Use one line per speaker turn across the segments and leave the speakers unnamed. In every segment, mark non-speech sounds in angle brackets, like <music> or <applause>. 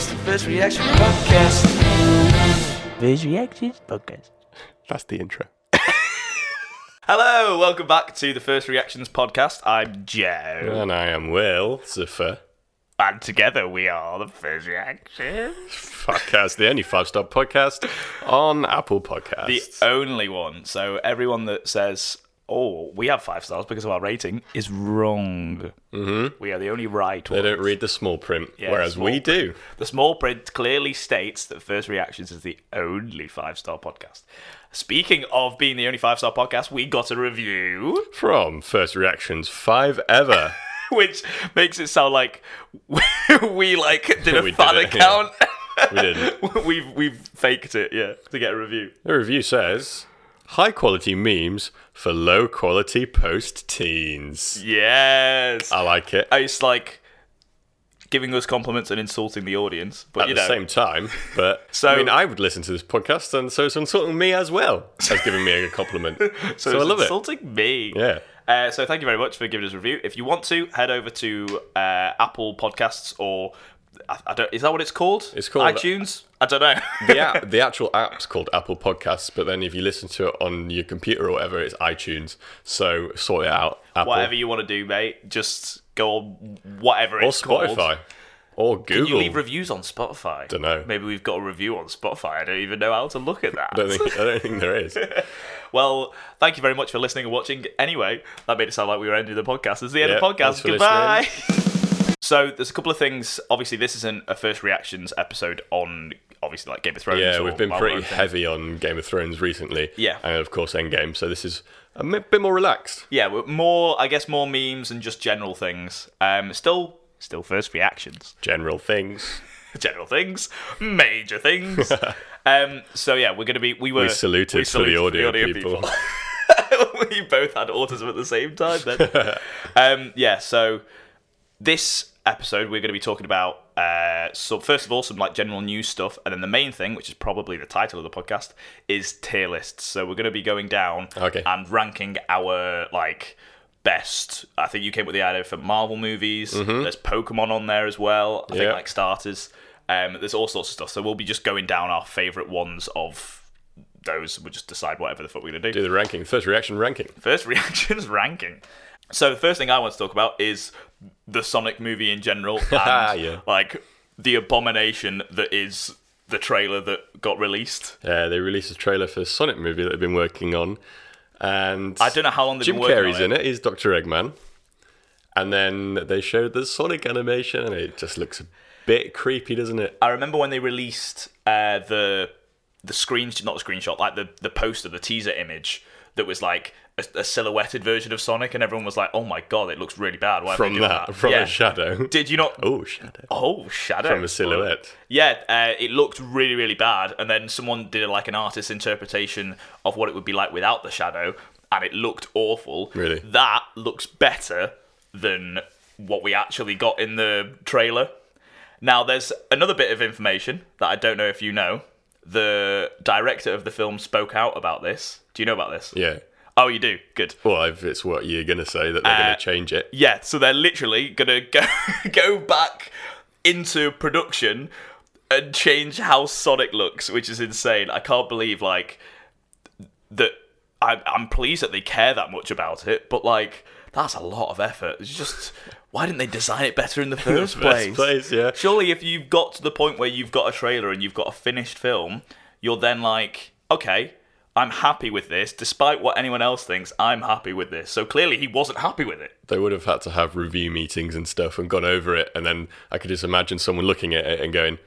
Reaction Podcast.
These reactions podcast.
That's the intro.
Hello, welcome back to the First Reactions Podcast. I'm Joe.
And I am Will Ziffer.
And together we are the First Reactions.
Podcast, the only five star podcast on Apple Podcasts.
The only one. So everyone that says, oh, we have five stars because of our rating is wrong. Mm-hmm. We are the only right
they
one.
don't read the small print,
Yeah,
whereas
small
we
print.
do.
The small print clearly states that First Reactions is the only five star podcast. Speaking of being the only five star podcast, we got a review.
From First Reactions 5 Ever.
<laughs> which makes it sound like <laughs> we like did a
<laughs> We
fan
did it,
account.
<laughs> We didn't.
<laughs> we've we've faked it, yeah, to get a review.
The review says high quality memes for low quality post teens.
Yes, Uh,
I like it.
it's like giving us compliments and insulting the audience, but
At
you
the
know,
same time, but
So-
I mean, I would listen to this podcast, and so it's insulting me as well as giving me
<laughs>
a compliment. so
it's
I love it.
insulting me.
Yeah.
Uh, so thank you very much for giving us a review. If you want to, head over to uh, Apple Podcasts or I, I don't. Is that what it's called?
It's called- uh,
iTunes. I don't know.
the, app, <laughs> the actual app's called Apple Podcasts, but then if you listen to it on your computer or whatever, it's iTunes. So sort it out.
<laughs>
Apple.
whatever you want to do, mate. Just go on whatever
or
it's called.
Spotify. Or Google.
You leave reviews on Spotify.
Dunno.
Maybe we've got a review on Spotify. I don't even know how to look at that.
I, don't think, I don't think
<laughs>
there is.
well, thank you very much for listening and watching. Anyway, that made it sound like we were ending the podcast. It's the end of the
Yeah, thanks
podcast.
for
Goodbye. <laughs> so there's a couple of things. Obviously, this isn't a first reactions episode on obviously like Game of Thrones.
Yeah,
or
we've been
Marvel
pretty
and things.
heavy on Game of Thrones recently.
Yeah.
And of course, Endgame. So this is a mi- bit more relaxed.
Yeah, we're more I guess more memes and just general things. Um, still, still first reactions.
General things.
<laughs> general things, major
<laughs>
things. um, so yeah, we're gonna be we were
We saluted
we
for the audio people.
<laughs> we both had autism at the same time then.
<laughs>
um, yeah, so this episode we're gonna be talking about uh, so first of all some like general news stuff, and then the main thing, which is probably the title of the podcast, is tier lists. So we're gonna be going down
Okay.
and ranking our like best. I think you came up with the idea for Marvel movies. There's Pokemon on there as well. I think
Mm-hmm. Yeah.
like starters. Um, there's all sorts of stuff. So we'll be just going down our favourite ones of those. We'll just decide whatever the fuck we're gonna do.
Do the ranking. First reaction ranking.
First <laughs> reactions ranking. So the first thing I want to talk about is the Sonic movie in general and
<laughs> Yeah.
like the abomination that is the trailer that got released.
Uh, they released a trailer for a Sonic movie that they've been working on. And
I don't know how long they've
Jim
been working
Carrey's
on it.
in it. He's Doctor Eggman, and then they showed the Sonic animation, and it just looks a bit creepy, doesn't it?
I remember when they released uh, the the screen, not the screenshot, like the the poster, the teaser image that was like a, a silhouetted version of Sonic, and everyone was like, "Oh my god, it looks really bad." Why have they
From
done
that, from
Yeah.
a
<laughs>
shadow.
Did you not?
oh, shadow.
Oh, shadow
From a silhouette.
Yeah, uh, it looked really, really bad, and then someone did like an artist's interpretation of what it would be like without the shadow, and it looked awful.
Really?
that looks better than what we actually got in the trailer. Now, there's another bit of information that I don't know if you know. The director of the film spoke out about this. Do you know about this?
Yeah.
Oh, you do. Good.
Well, if it's what you're gonna say that they're
Uh,
gonna change it.
Yeah, so they're literally gonna go <laughs> go back into production and change how Sonic looks, which is insane. I can't believe like that. I'm I'm pleased that they care that much about it, but like that's a lot of effort. It's just why didn't they design it better <laughs> in the first,
Best place, yeah.
Surely, if you've got to the point where you've got a trailer and you've got a finished film, you're then like, okay, I'm happy with this. Despite what anyone else thinks, I'm happy with this. So clearly, he wasn't happy with it.
They would have had to have review meetings and stuff and gone over it, and then I could just imagine someone looking at it and going,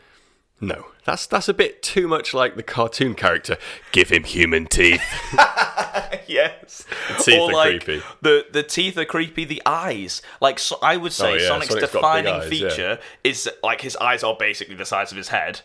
"No, that's that's a bit too much like the cartoon character. Give him human teeth."
<laughs> yes.
teeth
or
are
like,
creepy.
The the teeth are creepy. The eyes, like so, I would say,
Oh, yeah,
Sonic's,
Sonic's got big
defining
eyes, yeah.
feature is like his eyes are basically the size of his head.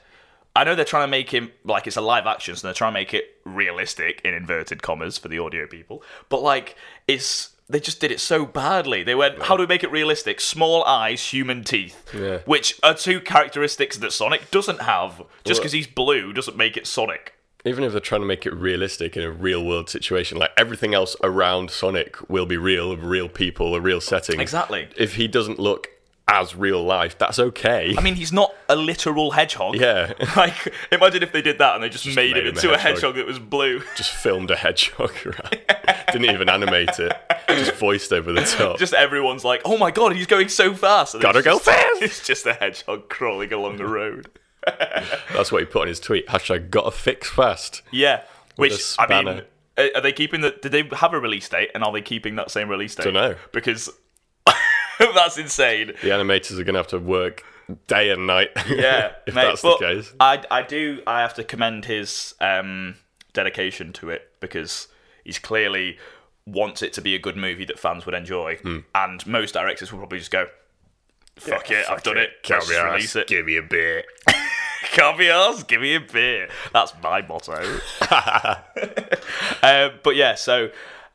I know they're trying to make him like it's a live action, so they're trying to make it realistic in inverted commas for the audio people. But like, it's they just did it so badly. They went, how do we make it realistic? Small eyes, human teeth,
Yeah.
which are two characteristics that Sonic doesn't have. Just because he's blue doesn't make it Sonic.
even if they're trying to make it realistic in a real world situation, like everything else around Sonic will be real, of real people, a real setting.
Exactly.
If he doesn't look as real life. That's okay.
I mean, he's not a literal hedgehog.
<laughs> yeah, <laughs>
<laughs> Like, imagine if they did that and they just, made,
made
him
him a
into a hedgehog.
hedgehog.
that was blue. <laughs>
just filmed a hedgehog. <laughs> Right? Didn't even animate it. Just voiced over the top.
Just everyone's like, oh my god, he's going so fast. And
Gotta
it's
go
just- <laughs>
fast.
It's just a hedgehog crawling along
<laughs>
the road.
That's what he put on his tweet. Hashtag got to fix fast.
Yeah.
a
Which, I mean,
spanner.
are are they keeping the. Did they have a release date and are they keeping that same release date?
Dunno.
Because <laughs> that's insane.
The animators are going to have to work day and night. <laughs>
Yeah,
if
mate,
that's
but
the case.
I, I do. I have to commend his um, dedication to it because he's clearly wants it to be a good movie that fans would enjoy,
Hmm.
and most directors will probably just go, "Fuck it, I've done it. Let's just release it.
Give me a bit.
<laughs> Can't be arsed. Give me a beer." That's my motto.
<laughs>
uh, but yeah, so.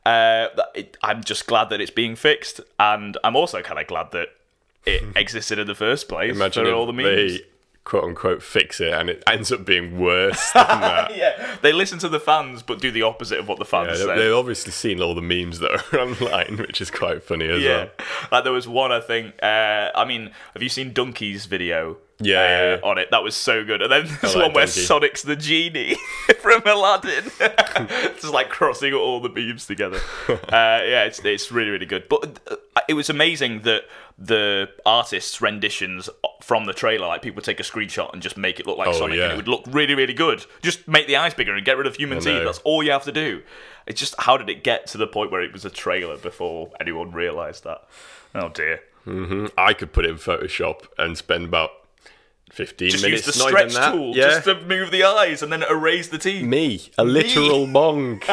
Uh, that- it, I'm just glad that it's being fixed, and I'm also kind of glad that
<laughs>
it existed in the first place
Imagine
for
if
all the memes.
they quote unquote fix it and it ends up being worse than
<laughs>
that.
yeah, they listen to the fans but do the opposite of what the
Yeah,
fans
they-
say.
They've obviously seen all the memes that are <laughs> online, which is quite funny as
yeah,
well.
like there was one I think. Uh, I mean, have you seen Donkey's video?
Yeah,
uh,
yeah, yeah.
on it. That was so good. And then <laughs> there's
like
one where
Donkey.
Sonic's the genie <laughs> from
<laughs>
Aladdin, just like crossing all the memes together. uh, yeah, it's it's really really good. But uh, it was amazing that the artists' renditions from the trailer, like people take a screenshot and just make it look like
Oh,
Sonic, and
yeah.
it would look really really good. Just make the eyes bigger and get rid of human teeth.
know.
That's all you have to do. It's just how did it get to the point where it was a trailer before anyone realised that? Oh dear.
I could put it in Photoshop and spend about 15
Just
minutes
use the
not
stretch
even that.
tool
Yeah.
just to move the eyes and then erase the teeth.
<laughs> me, a
<laughs>
literal monk.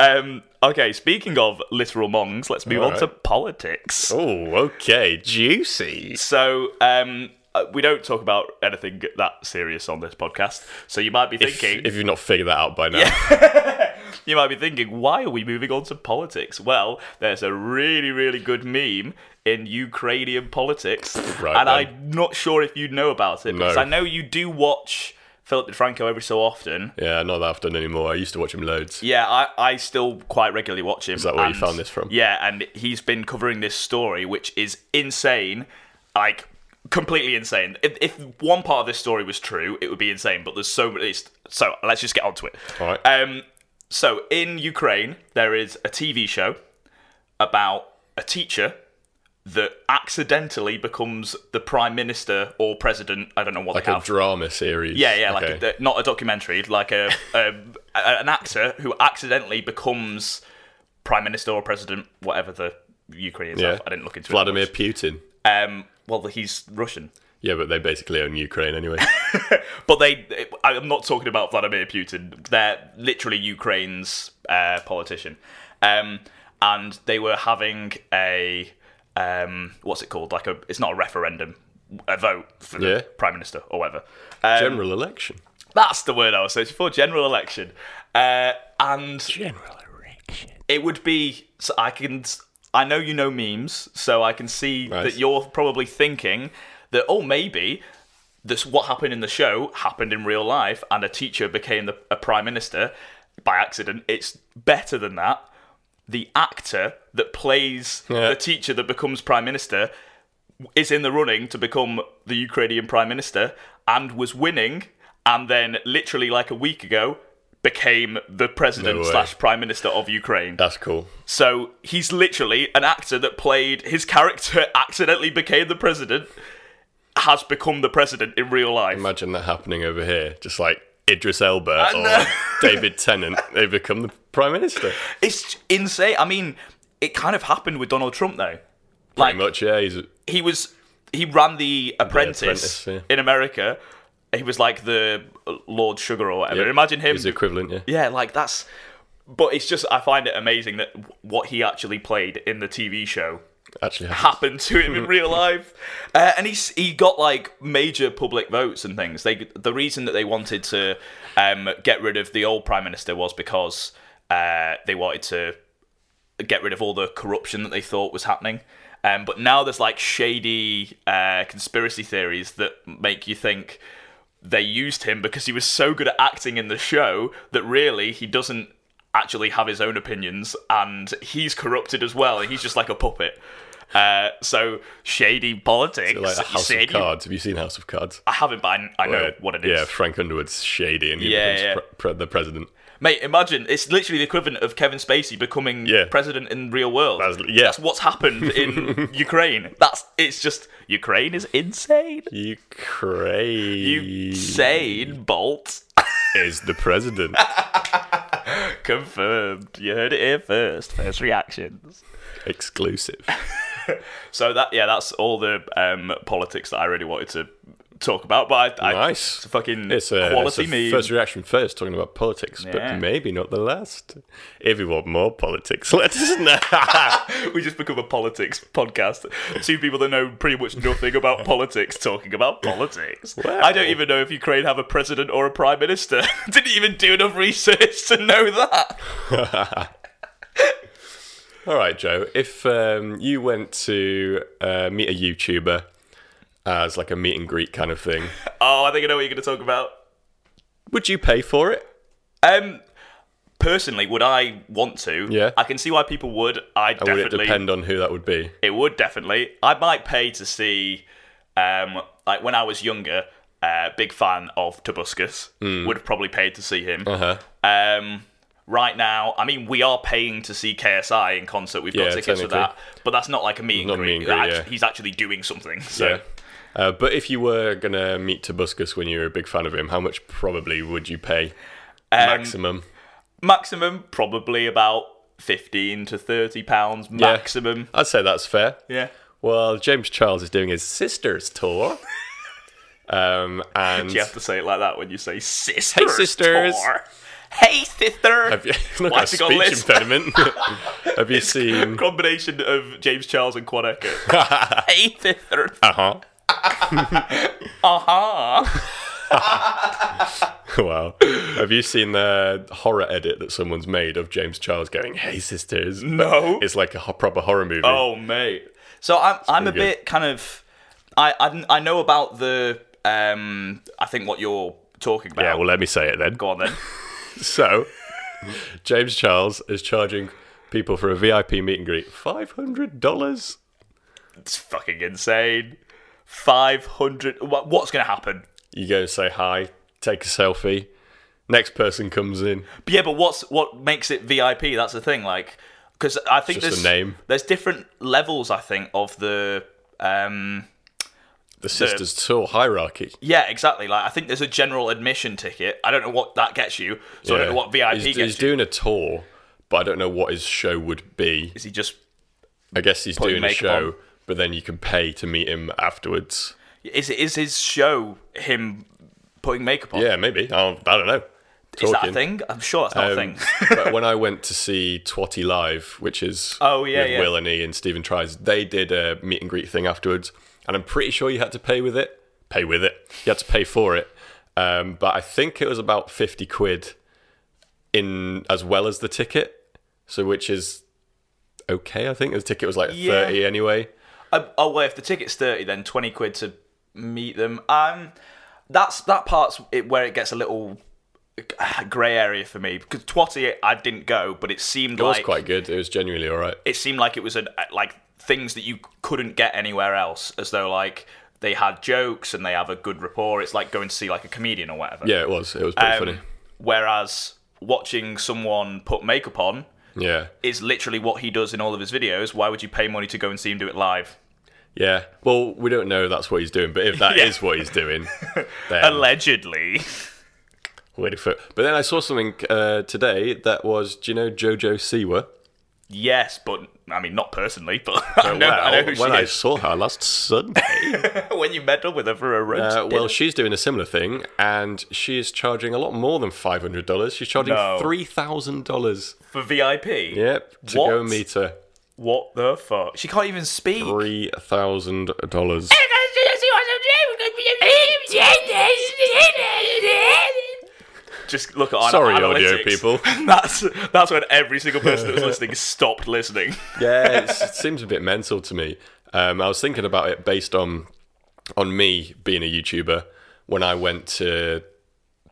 Um, okay, speaking of literal mongs, let's move on
Alright.
to politics.
oh, okay, juicy.
So, um, uh, we don't talk about anything that serious on this podcast. So you might be
If,
thinking,
if you've not figured that out by now,
you might be thinking, why are we moving on to politics? Well, there's a really, really good meme in Ukrainian politics,
Right
and
then.
I'm not sure if you know about it because I know you do watch Philip DeFranco every so often.
yeah, not that I've done anymore. I used to watch him loads.
Yeah, I, I still quite regularly watch him. Is
that where you found this from?
Yeah, and he's been covering this story, which is insane, like completely insane. If, if one part of this story was true, it would be insane. But there's so many. it's- So let's just get onto it.
All right.
Um, so in Ukraine, there is a TV show about a teacher that accidentally becomes the prime minister or president. I don't know what
like
they
a
have.
drama series.
Yeah, yeah, like
Okay.
a, not a documentary, like a, a a- an actor who accidentally becomes prime minister or president, whatever the Ukrainians
Yeah.
have. I didn't look into
Vladimir
it.
Putin.
Vladimir. Um, well, he's Russian,
Yeah, but they basically own Ukraine anyway.
but they. I'm not talking about Vladimir Putin. They're literally Ukraine's uh, politician, um, and they were having a um, what's it called? Like a. It's not a referendum. A vote for the
Yeah.
prime minister or whatever. <laughs> Um,
General election.
That's the word I was searching for. General election, uh, and
General erection.
it would be. So I can. I know you know memes, so I can see
Nice.
that you're probably thinking that oh maybe this what happened in the show happened in real life, and a teacher became the, a prime minister by accident. It's better than that. The actor that plays
Yeah.
the teacher that becomes prime minister is in the running to become the Ukrainian prime minister and was winning, and then literally like a week ago became the president
No way.
slash prime minister of Ukraine.
That's cool.
So he's literally an actor that played his character <laughs> accidentally became the president, has become the president in real life.
Imagine that happening over here. Just like Idris Elba or
know.
<laughs> David Tennant, they become the
<laughs>
prime minister.
It's insane. I mean, it kind of happened with Donald Trump though. Like
Pretty much, yeah. He's
he was he ran the Apprentice,
Apprentice, yeah.
in America. He was like the Lord Sugar or whatever.
Yep.
Imagine him.
his equivalent, yeah.
yeah, like that's. But it's just I find it amazing that what he actually played in the TV show
Actually, happened.
happened to him in real life, uh, and he's he got like major public votes and things. They the reason that they wanted to um, get rid of the old prime minister was because uh, they wanted to get rid of all the corruption that they thought was happening. Um, but now there's like shady uh, conspiracy theories that make you think they used him because he was so good at acting in the show that really he doesn't actually have his own opinions and he's corrupted as well. He's just like a puppet. Uh, so shady politics.
Like House
shady-
of Cards. Have you seen House of Cards?
I haven't, but I, I know
Uh,
what it is.
Yeah, Frank Underwood's shady and he
Yeah,
becomes
yeah.
Pre- pre- the president.
Mate, imagine it's literally the equivalent of Kevin Spacey becoming
Yeah.
president in real world.
That's- yeah.
That's what's happened
<laughs>
in Ukraine. That's it's just Ukraine is insane.
Ukraine
You sane Bolt.
is
<laughs>
the president.
Confirmed. You heard it here first. First reactions. <laughs>
Exclusive.
So that yeah, that's all the um, politics that I really wanted to talk about. But I, I
Nice.
it's a fucking
It's a,
quality
it's a
meme.
first reaction first, talking about politics,
Yeah.
but maybe not the last. If you want more politics, <laughs> let us know.
<laughs> we just become a politics podcast. Two people that know pretty much nothing
<laughs>
about politics talking about politics.
Wow.
I don't even know if Ukraine have a president or a prime minister. <laughs> Didn't even do enough research to know that.
All right, Joe. If um, you went to uh, meet a YouTuber as like a meet and greet kind of thing,
Oh, I think I know what you're going to talk about.
would you pay for it?
Um, personally, would I want to?
Yeah.
I can see why people would. I
Or
definitely.
Would it depend on who that would be?
It would definitely. I might pay to see, um, like when I was younger, uh, big fan of Tobuscus. Would have probably paid to see him.
Hmm. Uh-huh.
Um, right now, I mean, we are paying to see KSI in concert. We've
Yeah,
got tickets for that,
technically.
but that's not like a meet and
Not a
greet.
meet and greet,
Actu-
yeah.
He's actually doing something. So
Yeah. Uh, but if you were gonna meet Tobuscus when you were a big fan of him, how much probably would you pay?
Um,
Maximum.
maximum probably about fifteen to thirty pounds maximum.
I'd say that's fair.
Yeah.
Well, James Charles is doing his sisters
<laughs>
tour. um, and
Do you have to say it like that when you say sisters?
sisters."
tour? Hey sister.
have you, <laughs> not
Why
got a
has it got
speech
lisp? <laughs>
impediment? have you seen?
combination of James Charles and Quad Echo.
<laughs>
hey sister.
Uh huh.
Uh-huh.
<laughs> Wow. Have you seen the horror edit that someone's made of James Charles going, "Hey sisters"? But
No.
It's like a ho- proper horror movie.
Oh mate. So I'm I'm a
pretty good.
bit kind of I, I I know about the um I think what you're talking about.
Yeah. Well, let me say it then.
Go on then. <laughs>
So, James Charles is charging people for a VIP meet and greet five hundred dollars.
it's fucking insane. 500 Wha- what's going to happen?
You go and say hi, take a selfie. Next person comes in.
But yeah, but what's what makes it VIP? That's the thing like cuz I think
It's just
there's
a name.
there's different levels I think of the um
The sisters tour hierarchy.
Yeah, exactly. Like I think there's a general admission ticket. I don't know what that gets you. So I don't know what VIP
He's,
gets
he's
you.
doing a tour, but I don't know what his show would be.
Is he just?
I guess he's
Putting
doing a
makeup
show,
on.
but then you can pay to meet him afterwards.
Is is his show him putting makeup on?
Yeah, maybe. I don't, I don't know.
is that a
Talking.
thing? I'm sure that's not a
Um,
thing. <laughs>
but when I went to see Twatty Live, which is
Oh, yeah,
with
yeah.
Will and E and Stephen Tries, they did a meet and greet thing afterwards, and I'm pretty sure you had to pay with it. Pay with it. You had to pay for it. Um, but I think it was about fifty quid in as well as the ticket. So which is okay, I think. The ticket was like
Yeah.
thirty anyway.
I- oh well, if the ticket's thirty, then twenty quid to meet them. Um, that's that part's it, where it gets a little <sighs> grey area for me because Twatty, I didn't go, but it seemed
It was
like
quite good. It was genuinely alright.
it seemed like it was an like things that you couldn't get anywhere else as though like they had jokes and they have a good rapport it's like going to see like a comedian or whatever
Yeah, it was. It was pretty
Um,
funny.
whereas watching someone put makeup on
Yeah.
is literally what he does in all of his videos why would you pay money to go and see him do it live
Yeah. Well, we don't know that's what he's doing, but if that is
Yeah.
what he's doing,
<laughs>
then
allegedly
Waiting for But then I saw something uh, today that was, do you know Jojo Siwa?
yes but i mean not personally but <laughs> i know,
well,
I know who
when
she
I
is
saw her
<laughs>
last Sunday.
when you meddle with her for a roast
uh, well,
dinner.
she's doing a similar thing, and she is charging a lot more than five hundred dollars. She's charging
No.
three thousand dollars.
for vip
Yep, to
What?
go and meet her,
what the fuck she can't even speak
three thousand dollars.
just look at our
Sorry,
analytics.
audio
<laughs>
people.
That's that's when every single person that was
<laughs>
listening stopped listening. <laughs>
yeah, it's, it seems a bit mental to me. Um, I was thinking about it based on on me being a YouTuber when I went to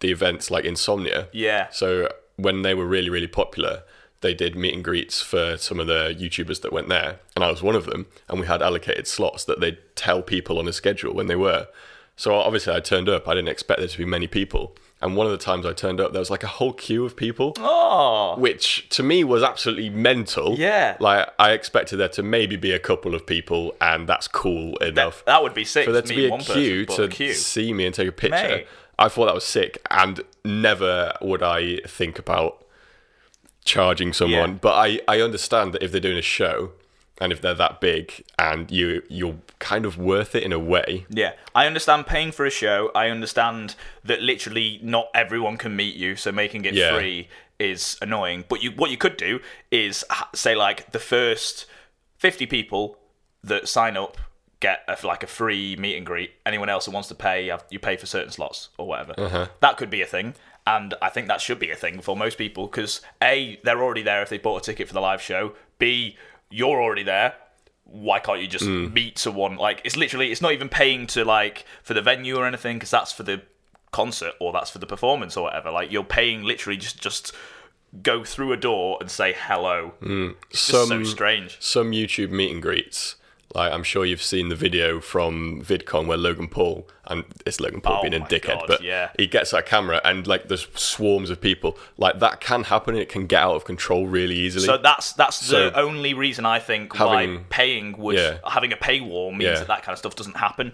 the events like Insomnia.
Yeah.
So when they were really really popular, they did meet and greets for some of the YouTubers that went there, and I was one of them. And we had allocated slots that they'd tell people on a schedule when they were. So obviously, I turned up. I didn't expect there to be many people. And one of the times I turned up, there was like a whole queue of people,
Oh,
which to me was absolutely mental.
Yeah.
Like, I expected there to maybe be a couple of people, and that's cool enough.
that would be sick.
For there to
meet
be a
one person,
queue
but a
to
queue.
see me and take a picture,
Mate.
I thought that was sick, and never would I think about charging someone.
Yeah.
But I, I understand that if they're doing a show and if they're that big and you you're kind of worth it in a way.
Yeah, I understand paying for a show. I understand that literally not everyone can meet you, so making it
Yeah.
free is annoying. But you, what you could do is h- say like the first fifty people that sign up get a, like a free meet and greet. Anyone else who wants to pay, you have- you pay for certain slots or whatever. That could be a thing. And I think that should be a thing for most people because a they're already there if they bought a ticket for the live show. B you're already there why can't you just
Mm.
meet someone like it's literally it's not even paying to like for the venue or anything because that's for the concert or that's for the performance or whatever like you're paying literally just just go through a door and say hello it's just so
Mm. Some-
strange
some YouTube meet and greets. Like I'm sure you've seen the video from VidCon where Logan Paul and it's Logan Paul
Oh
being a
my
dickhead,
God,
but
yeah.
he gets that camera and like there's swarms of people. Like that can happen and it can get out of control really easily.
so that's that's
So-
the only reason i think why
Having-
paying would
yeah.
having a paywall means
Yeah.
that that kind of stuff doesn't happen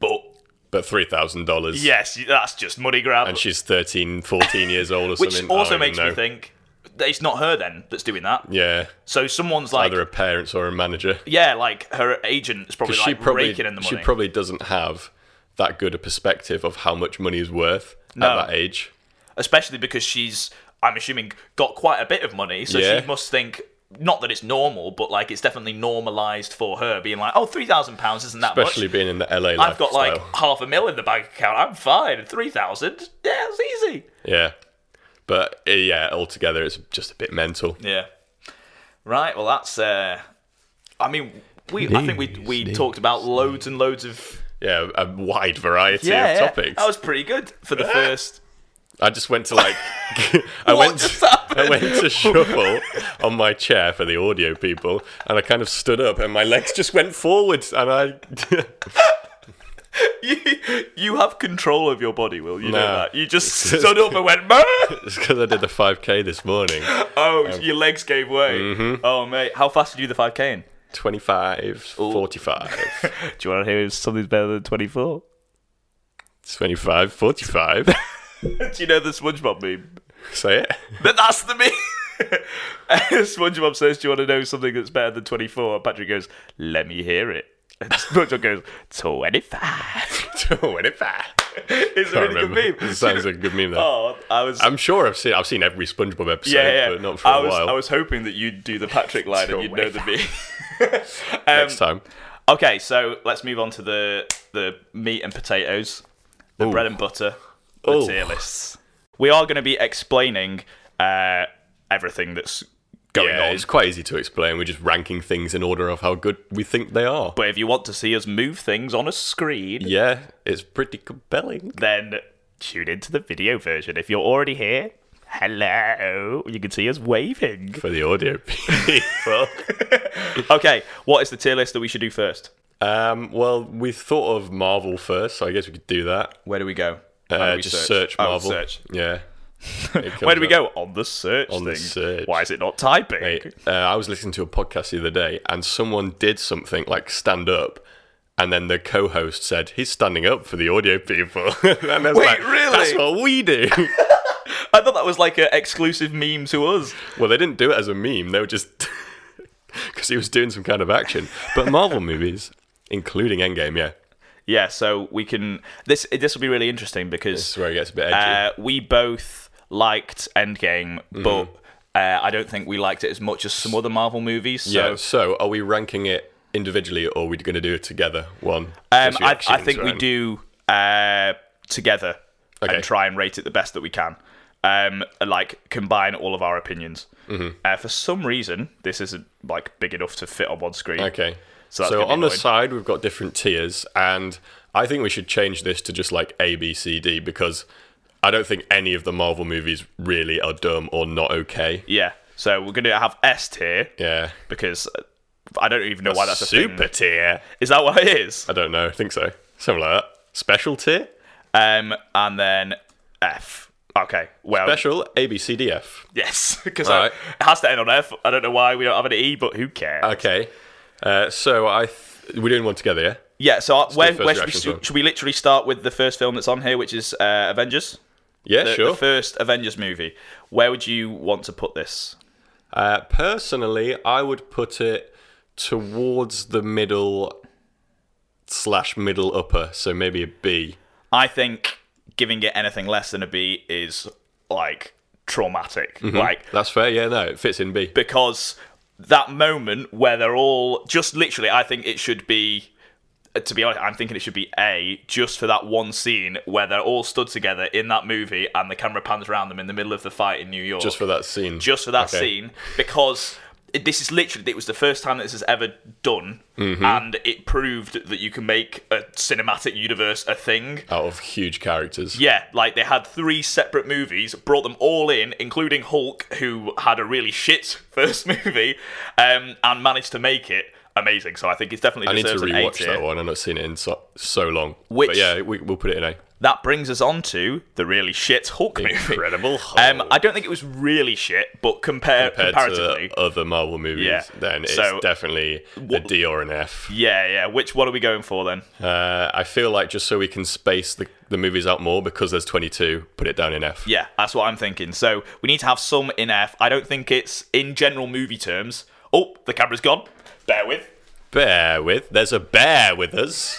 but
but three thousand dollars.
yes that's just money grab
And she's 13, 14 years old or
which
something. I
also
don't
makes
know.
me think that it's not her then that's doing that
Yeah.
so someone's like
Either a parent or a manager.
Yeah, like her agent is probably
she
like
probably
raking in the money.
she probably doesn't have that good a perspective of how much money is worth
No.
at that age.
Especially because she's, I'm assuming, got quite a bit of money, so
Yeah.
she must think. Not that it's normal, but like it's definitely normalized for her being like, oh, three thousand pounds isn't that
Especially
much.
being in the LA lifestyle.
I've got like half a mil in the bank account. I'm fine. Three thousand, yeah, it's easy.
Yeah. But uh, yeah, altogether, it's just a bit mental.
Yeah. Right. Well, that's. uh I mean, we. I think we we talked about loads and loads of
Yeah, a wide variety
yeah, Oh,
of
yeah.
topics.
That was pretty good for <laughs> the first.
I just went to like, <laughs> I
What
went,
just happened?
I went to shuffle on my chair for the audio people, and I kind of stood up, and my legs just went forwards, and I, <laughs>
you, <laughs> you have control of your body, Will. You know
No.
that. You just stood up and went,
<laughs>
"Bah!"
it's because I did the 5k this morning,
oh,
Um,
your legs gave way.
mm-hmm.
Oh, mate. How fast did you do the 5K in?
25, 45,
Do you want to hear something's better than 24?
25, 45.
<laughs> do you know the SpongeBob meme?
<laughs> Say it. <laughs>
But that's the meme. <laughs> SpongeBob says, Do you want to know something that's better than 24? And Patrick goes, Let me hear it. And <laughs> SpongeBob goes, <laughs> 25.
25.
It's a
Can't
really
remember.
good meme.
It sounds like a good meme. Though.
Oh, I was.
I'm sure I've seen I've seen every SpongeBob episode,
yeah, yeah.
but not for
I
a
was,
while.
I was hoping that you'd do the
<laughs>
Patrick line and you'd know the meme. <laughs>
Next
um,
time.
Okay, so let's move on to the the meat and potatoes, the bread and butter, the
Ooh.
tier lists. We are going to be explaining uh, everything that's going
Yeah,
on.
it's quite easy to explain. We're just ranking things in order of how good we think they are.
But if you want to see us move things on a screen,
Yeah, it's pretty compelling.
then tune into the video version. If you're already here, hello, you can see us waving.
For the audio <laughs> people.
<laughs> okay, what is the tier list that we should do first?
um, well, we thought of Marvel first, so I guess we could do that.
Where do we go? How do
Uh,
we
just search,
Oh,
Marvel.
search. <laughs>
Yeah.
Where do we go? On the search
On the
thing.
search.
Why is it not typing?
Hey, uh, I was listening to a podcast the other day, and someone did something like stand up, and then the co-host said he's standing up for the audio people. <laughs> and I was
Wait,
like,
really?
That's what we do. <laughs>
I thought that was like an exclusive meme to us.
well, they didn't do it as a meme; they were just <laughs> because he was doing some kind of action. But Marvel <laughs> movies, including Endgame, yeah,
Yeah, so we can. This this will be really interesting
this
because
is where it gets a bit edgy.
uh, we both liked Endgame,
Mm-hmm.
but uh, I don't think we liked it as much as some other Marvel movies. So
yeah. So, are we ranking it individually, or are we going to do it together? One.
um,
just
I, I
reactions
think we
round?
do uh, together
Okay.
and try and rate it the best that we can. Um, like combine all of our opinions.
Mm-hmm.
Uh, for some reason, this isn't like big enough to fit on one screen.
Okay.
So
So,
that's gonna be
on the
annoying.
side, we've got different tiers, and I think we should change this to just like A, B, C, D, because I don't think any of the Marvel movies really are dumb or not okay.
Yeah. So we're gonna have S tier
Yeah.
because uh, I don't even know why that's a thing.
super tier.
Is that what it is?
I don't know. I think so. Something like that. Special tier.
Um, and then F. Okay. Well,
Special A B C D F.
yes, <laughs> because
Alright.
it has to end on F. I don't know why we don't have an E, but who cares?
Okay. Uh, so I th- we're doing one together, yeah.
yeah. So uh, where,
first
where should we
reaction
stu-
film.
should we literally start with the first film that's on here, which is uh, Avengers,
Yeah,
the,
sure.
the first Avengers movie. Where would you want to put this?
Uh, personally, I would put it towards the middle slash middle upper, so maybe a B.
I think giving it anything less than a B is like traumatic.
Mm-hmm.
Like
That's fair. Yeah, no, it fits in B.
because that moment where they're all just literally, I think it should be. uh, To be honest, I'm thinking it should be A, just for that one scene where they're all stood together in that movie and the camera pans around them in the middle of the fight in New York.
Just for that scene.
just for that
Okay.
scene, because it- this is literally it was the first time that this has ever done,
Mm-hmm.
and it proved that you can make a cinematic universe a thing.
Out of huge characters.
Yeah, like they had three separate movies, brought them all in, including Hulk, who had a really shit <laughs> first movie, um, and managed to make it amazing. So I think it's definitely
I need to
deserves an A
rewatch
tier.
that one. I've not seen it in so, so long.
Which-
But yeah, we, we'll put it in A.
That brings us on to the really shit Hulk movie.
Incredible
<laughs> Um,
Hulk.
I don't think it was really shit, but compare
Compared
comparatively,
to the other Marvel movies,
Yeah.
then it's
So-
definitely a D or an F.
yeah, yeah. Which what are we going for then?
Uh, I feel like just so we can space the, the movies out more because there's 22, put it down in F.
Yeah, that's what I'm thinking. So we need to have some in F. I don't think it's in general movie terms. Oh, the camera's gone. Bear with.
Bear with. There's a bear with us.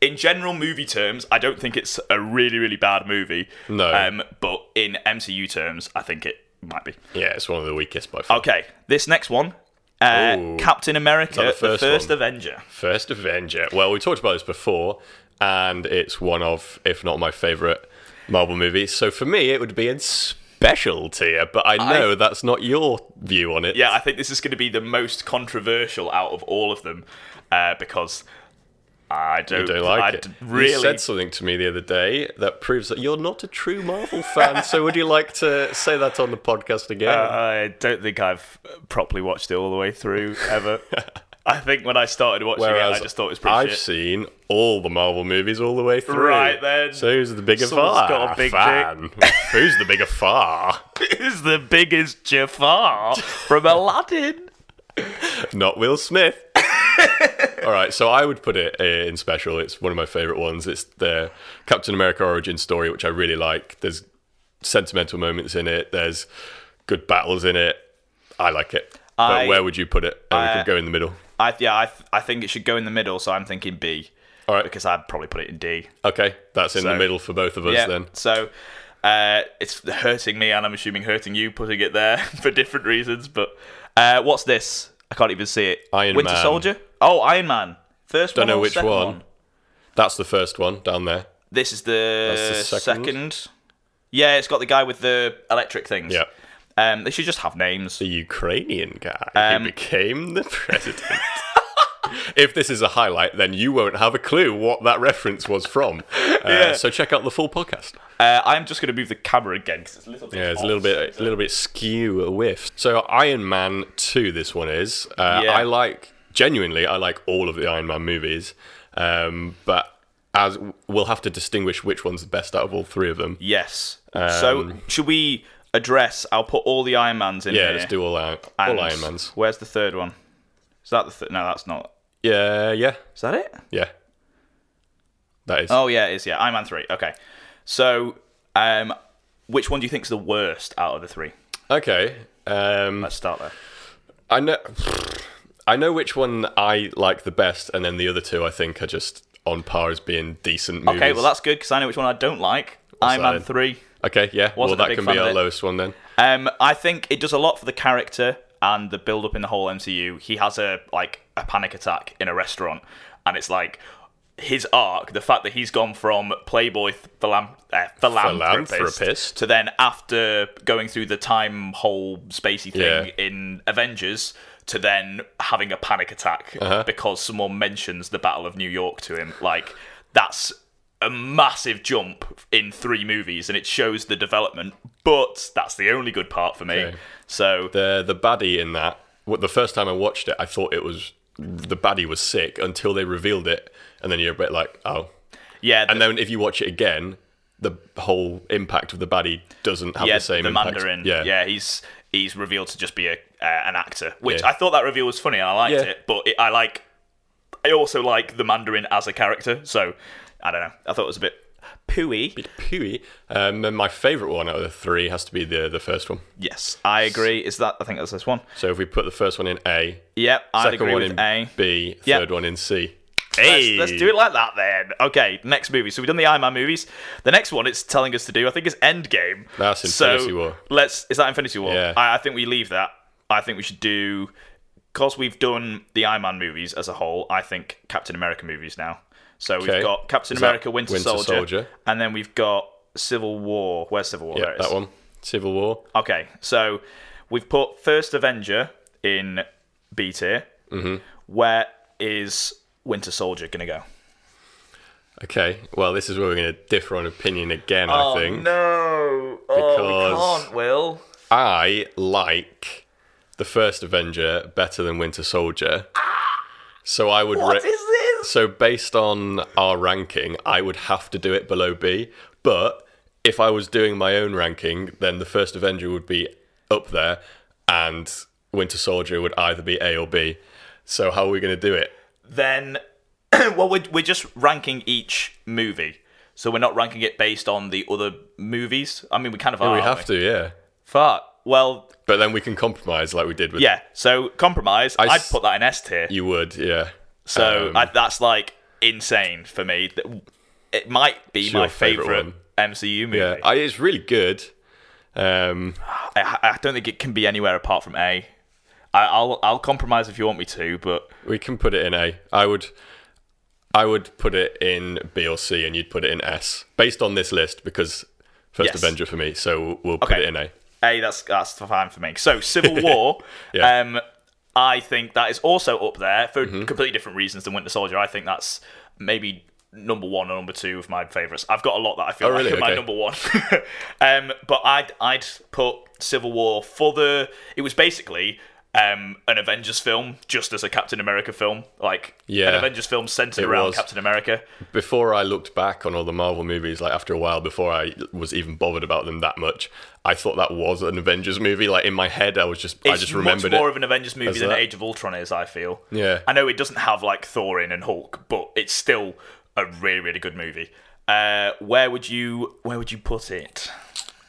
in general movie terms, I don't think it's a really, really bad movie.
No.
Um, but in MCU terms, I think it might be.
Yeah, it's one of the weakest by far.
Okay, this next one uh,
Ooh.
Captain America,
that
the
the
first,
first one?
Avenger.
First Avenger. Well, we talked about this before, and it's one of, if not my favourite, Marvel movie. So for me, it would be in special tier, but I know that's not your view on it.
Yeah, I think this is going to be the most controversial out of all of them uh, because I don't,
I don't like
I
it.
d-
You
Really?
said something to me the other day that proves that you're not a true Marvel fan. so would you like to say that on the podcast again?
Uh, I don't think I've properly watched it all the way through
<laughs>
ever. I think when I started watching it, I just thought it was pretty
I've
shit. <laughs>
seen all the Marvel movies all the way through.
Right then.
So who's the bigger
Someone's
far?
got a big
fan? <laughs> who's the bigger far?
is the biggest Jafar from Aladdin.
Not Will Smith. <laughs> all right, so I would put it uh, in special. It's one of my favorite ones. It's the Captain America origin story, which I really like. There's sentimental moments in it. There's good battles in it. I like it.
I-
but where would you put it? Uh, we could go in the middle.
I yeah, I, th- I think it should go in the middle, so I'm thinking B.
All right.
Because I'd probably put it in D.
Okay, that's in
so-
the middle for both of us
Yeah.
then.
So uh, it's hurting me, and I'm assuming hurting you putting it there <laughs> for different reasons. But uh, what's this? I can't even see it.
Iron
Winter
Man.
Soldier. Oh, Iron Man. First
Don't
one.
know
or
which
second
one. That's the first one down there.
This is the,
That's the
second.
second.
Yeah, it's got the guy with the electric things.
Yeah.
Um, they should just have names.
the Ukrainian guy
Um,
who became the president. <laughs> if this is a highlight, then you won't have a clue what that reference was from. Uh, So check out the full podcast. Oh,
Uh, I'm just going to move the camera again because it's a little bit.
Yeah, it's a
off,
little
so
bit, a little bit skew a whiff. So Iron Man Two, this one is. Uh,
Yeah.
I like genuinely, I like all of the Iron Man movies, um, but as we'll have to distinguish which one's the best out of all three of them.
Yes. so should we address? I'll put all the Iron Mans in
Um, Yeah,
here.
let's do all, Iron-
And
all Iron Mans.
Where's the third one? Is that the third? No, that's not.
Yeah, yeah,
Is that it?
yeah. That is.
Oh yeah, it is. Yeah, Iron Man three. Okay. So, um, which one do you think's the worst out of the three?
Okay. Um,
Let's start there.
I know, <sighs> I know which one I like the best, and then the other two I think are just on par as being decent movies.
Okay, well that's good because I know which one I don't like. Iron
that
Man
then?
three.
okay. Yeah, well
Wasn't a
that
big
can
fan
be
of
our
it.
lowest one then.
Um, I think it does a lot for the character and the build up in the whole MCU. He has a like a panic attack in a restaurant, and it's like his arc, the fact that he's gone from playboy th- philan- uh, philanthropist,
Philanthropist.
to then after going through the time whole spacey thing
Yeah.
in Avengers to then having a panic attack
Uh-huh.
because someone mentions the Battle of New York to him. Like that's a massive jump in three movies, and it shows the development. But that's the only good part for me.
Okay.
So
The the baddie in that. What the first time I watched it, I thought it was the baddie was sick until they revealed it, and then you're a bit like, oh.
yeah,
And then if you watch it again, the whole impact of the baddie doesn't have
yeah,
the same impact.
Mandarin.
Yeah,
he's he's revealed to just be a uh, an actor, which
Yeah.
I thought that reveal was funny and I liked
Yeah.
it. But it, I like, I also like the Mandarin as a character. So I don't know. I thought it was a bit pooey.
Pooey. Um, and my favourite one out of the three has to be the the first one.
Yes, I agree. Is that I think that's this one.
So if we put the first one in A,
Yep, I
second
agree
one
with
in
A.
B,
Yeah.
third one in C.
Let's, let's do it like that then. Okay, next movie. So we've done the Iron Man movies. The next one it's telling us to do, I think, is Endgame.
That's Infinity
so
War.
Let's. Is that Infinity War?
Yeah.
I, I think we leave that. I think we should do because we've done the Iron Man movies as a whole. I think Captain America movies now. So we've
Okay.
got Captain
Is that
America, Winter,
Winter
Soldier,
Soldier?
and then we've got Civil War. Where's Civil War? there
Yeah,
it is.
that one. Civil War.
Okay, so we've put First Avenger in B tier.
Mm-hmm.
Where is Winter Soldier gonna go?
Okay. Well, this is where we're going to differ on opinion again, I think.
Oh, no! Oh,
Because-
can't, Will.
I like the first Avenger better than Winter Soldier. So I would
What is
ra-
this?
So based on our ranking, I would have to do it below B, but if I was doing my own ranking, then the first Avenger would be up there and Winter Soldier would either be A or B. So how are we going to do it?
Then, <clears throat> well, we're we're just ranking each movie, so we're not ranking it based on the other movies. Oh, I mean, we kind of are.
we
aren't
have to, yeah.
Fuck. Well,
But then we can compromise like we did with
yeah. So compromise. I would
s-
put that in S tier.
you would, yeah.
So
Um,
I, that's like insane for me. Th- It might be my
your favourite
favorite,
one.
MCU movie.
yeah, I, it's really good. Um,
I, I don't think it can be anywhere apart from A. I, I'll I'll compromise if you want me to, but
We can put it in A. I would I would put it in B or C and you'd put it in S based on this list because First
Yes.
Avenger for me, so we'll put
Okay.
it in A.
A, that's that's fine for me. So
<laughs>
Civil War,
Yeah. Mm-hmm.
um, I think that is also up there for completely different reasons than Winter Soldier. I think that's maybe number one or number two of my favourites. I've got a lot that I feel
Oh,
like
really?
are my
Okay.
number one. <laughs> um, but I'd I'd put Civil War for the it was basically um, an Avengers film just as a Captain America film. Like an
Yeah.
Avengers film centered
It
around
was.
Captain America.
Before I looked back on all the Marvel movies, like after a while, before I was even bothered about them that much, I thought that was an Avengers movie. Like in my head, I was just I
It's
just remembered
much more
it.
of an Avengers movie than
that.
Age of Ultron is. I feel.
Yeah.
I know it doesn't have like Thor in and Hulk, but it's still a really really good movie. Uh, where would you where would you put it?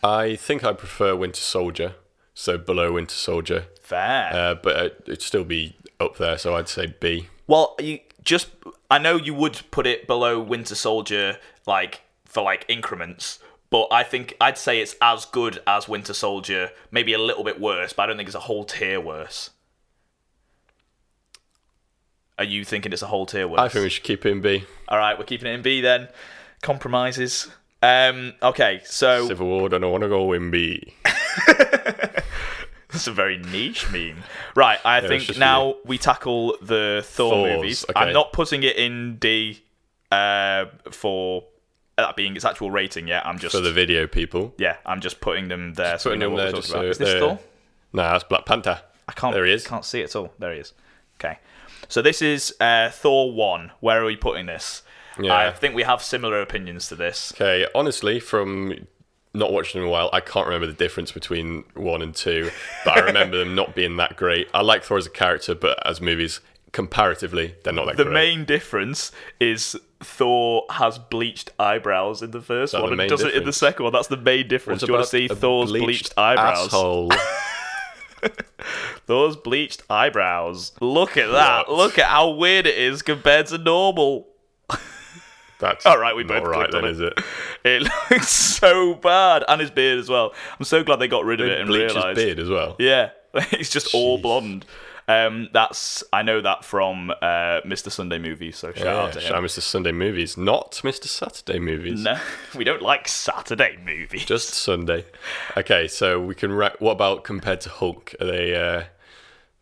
I think I prefer Winter Soldier, so below Winter Soldier,
Fair.
uh, but uh, it'd still be up there. So I'd say B.
well, you just I know you would put it below Winter Soldier, like for like increments. But I think I'd say it's as good as Winter Soldier, maybe a little bit worse, but I don't think it's a whole tier worse. Are you thinking it's a whole tier worse?
I think we should keep it in B.
All right, we're keeping it in B then. Compromises. Um, okay, so
Civil War. Don't want to go in B.
it's a very niche meme. Right, I
it's
think
just
now we tackle the Thor
Thors,
movies.
okay.
I'm not putting it in D uh, for that being its actual rating yet. I'm just
for the video people.
yeah, I'm just putting them there. so we
Putting
know
him
what
there
we're
just
talking about.
so
Is this
they're-
Thor?
Nah, that's Black Panther.
I can't.
There he is.
Can't see it at all. There he is. Okay, so this is uh, Thor one. Where are we putting this?
Yeah.
I think we have similar opinions to this.
Okay, honestly, from not watching them in a while, I can't remember the difference between one and two, but I remember them not being that great. I like Thor as a character, but as movies, comparatively, they're not that
The
great.
main difference is Thor has bleached eyebrows in the first
the
one
main
and doesn't in the
difference?
second one. That's the main difference.
What
Do you want
about
to see
a
Thor's bleached, eyebrows? <laughs>
Asshole.
Thor's bleached eyebrows. Look at that.
What?
Look at how weird it is compared to normal.
That's
All right, we
not
both
right
clicked on
then,
it.
is it?
It <laughs> looks so bad. And his beard as well. I'm so glad they got rid of it and
Bleach his
realised.
beard as well.
Yeah, <laughs> he's just all blonde. Um, that's I know that from uh, Mr. Sunday Movie. So shout
Yeah,
out to him.
shout out Mr. Sunday movies, not Mr. Saturday movies.
No, <laughs> we don't like Saturday movies.
Just Sunday. Okay, so we can. Ra- what about compared to Hulk? Are they uh,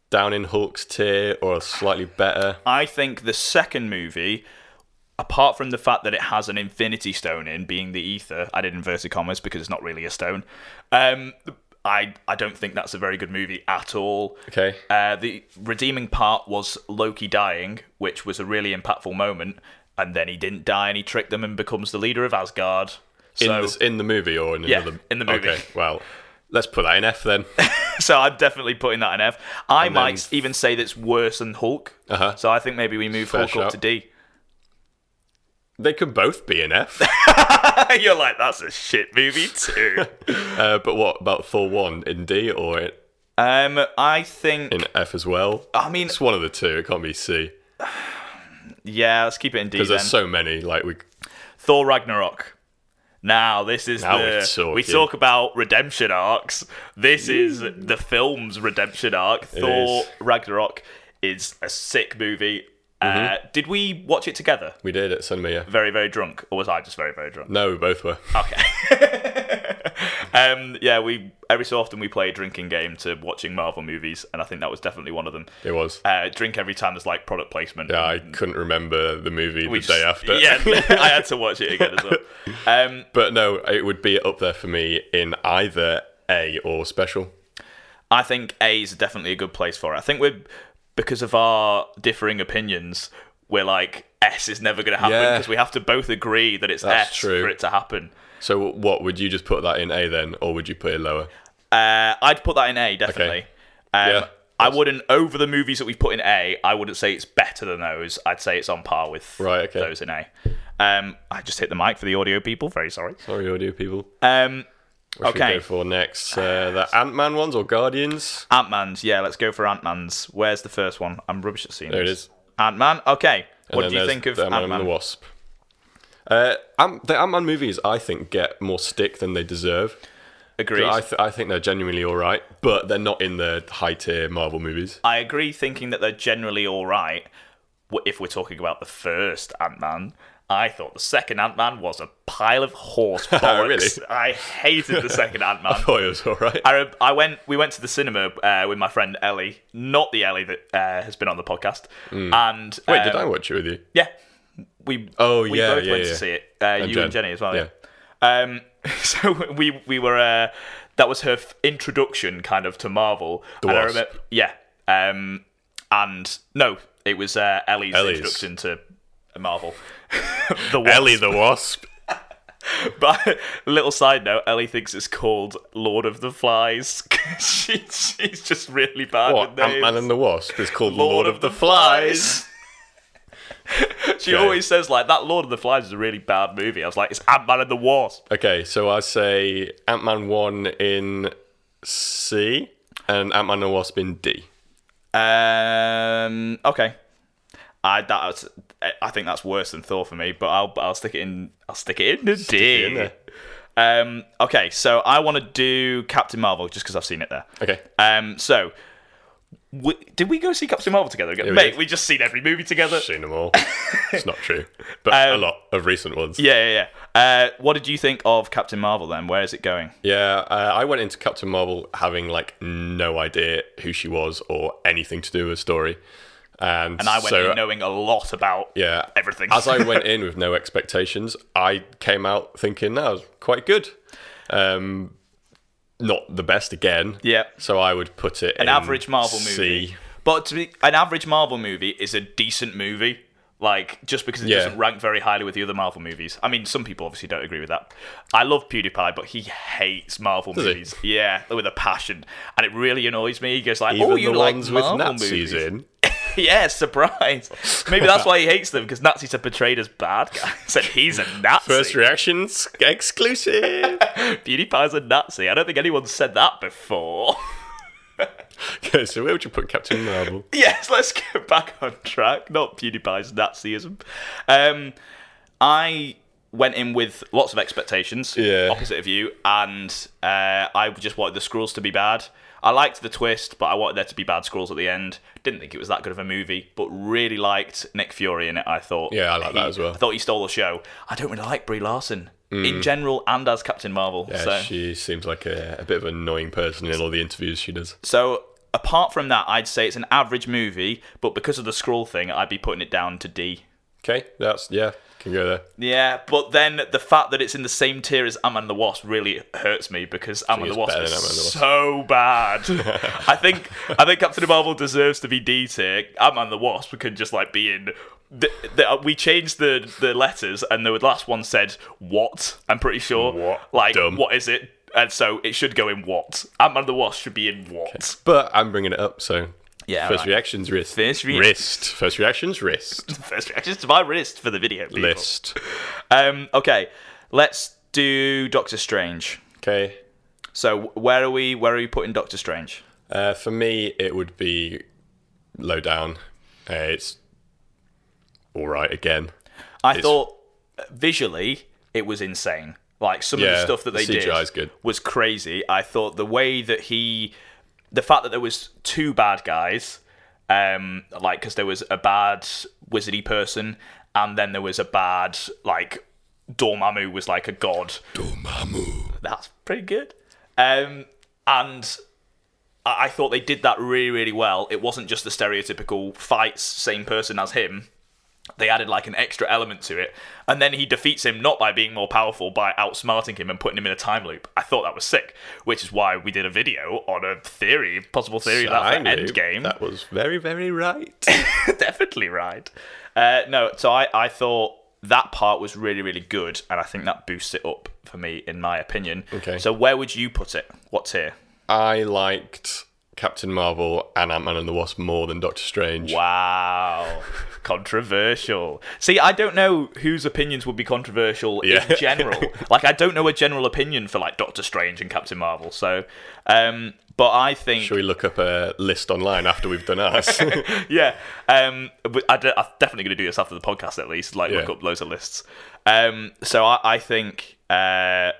down in Hulk's tier or slightly better?
I think the second movie, apart from the fact that it has an Infinity Stone in, being the ether, I did inverted commas because it's not really a stone. Um, I I don't think that's a very good movie at all.
Okay.
Uh, the redeeming part was Loki dying, which was a really impactful moment, and then he didn't die, and he tricked them and becomes the leader of Asgard.
In,
So,
this, in the movie or in
Yeah,
another?
in the movie.
Okay, well, let's put that in
<laughs>
F then.
<laughs> so I'm definitely putting that in F. I
then-
might even say that's worse than Hulk.
Uh-huh.
So I think maybe we move
Fair
Hulk up
shout.
to D. <laughs>
they can both be in F.
You're like, that's a shit movie
<laughs>
too.
Uh, but what about Thor 1 in D or in,
um, I think.
in F as well?
I mean,
It's one of the two. It can't be C
yeah, let's keep it in D
because
then.
there's so many. Like we,
Thor Ragnarok. Now this is
Now
the
we're talking.
we talk about redemption arcs. This is the film's redemption arc. Thor
is.
Ragnarok is a sick movie.
Mm-hmm.
Uh, did we watch it together?
we did at cinema. Yeah.
Very very drunk, or was I just very very
<laughs>
drunk?
No, we both were.
Uh, Um, yeah, we every so often we play a drinking game to watching Marvel movies, and I think that was definitely one of them.
It was.
Uh, drink every time there's like product placement.
Yeah, I couldn't remember the movie the
We
day
just- <laughs>
after.
Yeah,
<laughs>
I had to watch it again as well. Um,
But no, it would be up there for me in either A or special.
I think A is definitely a good place for it. I think we're because of our differing opinions, we're like S is never going to happen
Yeah.
because we have to both agree that it's
That's
S
true.
for it to happen.
So what would you just put that in A then, or would you put it lower?
Uh, I'd put that in A definitely.
Okay.
Um,
Yeah.
I wouldn't over the movies that we put in A. I wouldn't say it's better than those. I'd say it's on par with
Right, okay.
those in A. Um, I just hit the mic for the audio people. Very sorry.
Sorry, audio people.
Um,
What should we
okay,
go for next? Uh, the Ant Man ones or Guardians?
Ant Man's. Yeah, let's go for Ant Man's. Where's the first one? I'm rubbish at seeing.
There it
this.
is.
Ant Man. Okay.
And
what
then
do you
there's
think of
the
Ant
Ant-Man
Man?
and the Wasp? Uh, Ant- the Ant Man movies, I think, get more stick than they deserve.
Agreed.
I, th- I think they're genuinely all right, but they're not in the high tier Marvel movies.
I agree, thinking that they're generally all right. W- If we're talking about the first Ant Man, I thought the second Ant Man was a pile of
<laughs>
horse bollocks.
Oh, Really? Oh.
I hated the
<laughs>
second Ant Man.
Boy, it was all right.
I, re- I went. We went to the cinema uh, with my friend Ellie, not the Ellie that uh, has been on the podcast. And
Mm. Wait, did
um,
I watch it with you?
Yeah, we.
Oh,
we
yeah,
both
yeah,
went
yeah.
to see it. Uh, you
Jen.
and Jenny as well.
Yeah.
Yeah. Um, <laughs> so we we were uh, that was her f- introduction kind of to Marvel. and I
Wasp.
remember, yeah. Um, and no, it was uh, Ellie's,
Ellie's.
introduction to Marvel. <laughs> the Wasp.
Ellie the Wasp.
<laughs> But little side note, Ellie thinks it's called Lord of the Flies. <laughs> 'cause she, she's just really bad
What?
with names.
Ant Man and the Wasp is called
Lord, of, the, Flies. <laughs> she
Okay.
always says like that Lord of the Flies is a really bad movie. I was like, it's Ant Man and the Wasp.
Okay, so I say Ant Man 1 in C and Ant Man and the Wasp in D.
Um. Okay. I that was, I think that's worse than Thor for me, but I'll I'll stick it in. I'll stick it in the
it in
D.
there.
Um. Okay. So I want to do Captain Marvel just because I've seen it there.
Okay.
Um. So. W- did we go see Captain Marvel together again?
we
Mate,
did.
we just seen every movie together.
I've seen them all. <laughs> it's not true, but a
Um,
lot of recent ones.
Yeah, yeah, yeah. Uh, what did you think of Captain Marvel then? Where is it going?
Yeah, uh, I went into Captain Marvel having like no idea who she was or anything to do with the story, and,
And I went
so, uh,
in knowing a lot about
yeah
everything.
As I went in
<laughs>
with no expectations, I came out thinking that was quite good. Um, not the best again.
Yeah.
So I would put it
an average Marvel movie. But to be, an average Marvel movie is a decent movie. Like just because it
Yeah.
doesn't rank very highly with the other Marvel movies. I mean, some people obviously don't agree with that. I love PewDiePie, but he hates Marvel
he?
movies. Yeah, with a passion, and it really annoys me. He goes like,
Even
"Oh, you
the
like
ones
Marvel
with
movies?"
Nazis in.
<laughs> yeah, surprise. Maybe that's why he hates them because Nazis are portrayed as bad guys, <laughs> and he's a Nazi.
First reactions
<laughs>
exclusive.
PewDiePie's a Nazi. I don't think anyone's said that before. <laughs>
okay, so where would you put Captain Marvel?
yes, let's get back on track. Not PewDiePie's Nazism. Um, I went in with lots of expectations,
Yeah.
opposite of you, and uh, I just wanted the Skrulls to be bad. I liked the twist, but I wanted there to be bad Skrulls at the end. Didn't think it was that good of a movie, but really liked Nick Fury in it. I thought,
Yeah, I like that
he-
as well. Mm.
I thought he stole the show. I don't really like Brie Larson in general and as Captain Marvel. <laughs>
Yeah,
so.
she seems like a, a bit of an annoying person in all the interviews she does.
So apart from that, I'd say it's an average movie, but because of the scroll thing, I'd be putting it down to D.
Okay, that's yeah, Can go there.
Yeah, but then the fact that it's in the same tier as Ant Man and the Wasp really hurts me because Ant Man and the
it's
Wasp
better
is
than
so bad.
<laughs>
I think I think Captain Marvel deserves to be D tier. Ant Man and the Wasp could just like be in. The, the, uh, we changed the the letters, and the last one said what. I'm pretty sure.
What?
Like
Dumb.
what is it? And so it should go in what. Ant Man and the Wasp should be in what.
But I'm bringing it up, so
Yeah,
First
right.
reactions, wrist.
First rea-
wrist. First reactions, wrist.
<laughs> First reactions to my wrist for the video. People.
List.
Um. Okay. Let's do Doctor Strange.
Okay.
So where are we? Where are we putting Doctor Strange?
Uh, for me, it would be low down. Uh, it's all right again.
I
It's-
thought uh, visually it was insane. Like some of the
Yeah,
stuff that
the
they
CGI
did
is good.
was crazy. I thought the way that he, the fact that there was two bad guys, um, like because there was a bad wizardy person and then there was a bad like Dormammu was like a god.
Dormammu.
That's pretty good. Um, and I-, I thought they did that really, really well. It wasn't just the stereotypical fights, same person as him. They added like an extra element to it, and then he defeats him not by being more powerful, by outsmarting him and putting him in a time loop. I thought that was sick, which is why we did a video on a theory, possible theory about that for Endgame. <laughs>
That was very, very right.
Definitely right. Uh, no, so I, I thought that part was really, really good, and I think that boosts it up for me, in my opinion.
Okay.
So where would you put it? What's here?
I liked Captain Marvel and Ant Man and the Wasp more than Doctor Strange.
Wow. controversial. See, I don't know whose opinions would be controversial
Yeah. <laughs>
in general. like, I don't know a general opinion for, like, Doctor Strange and Captain Marvel, so... Um, but I think...
Shall we look up a list online after we've done ours?
<laughs> yeah. Um, but I am definitely going to do this after the podcast, at least. Like, look
Yeah.
up loads of lists. Um, so I, I think, uh,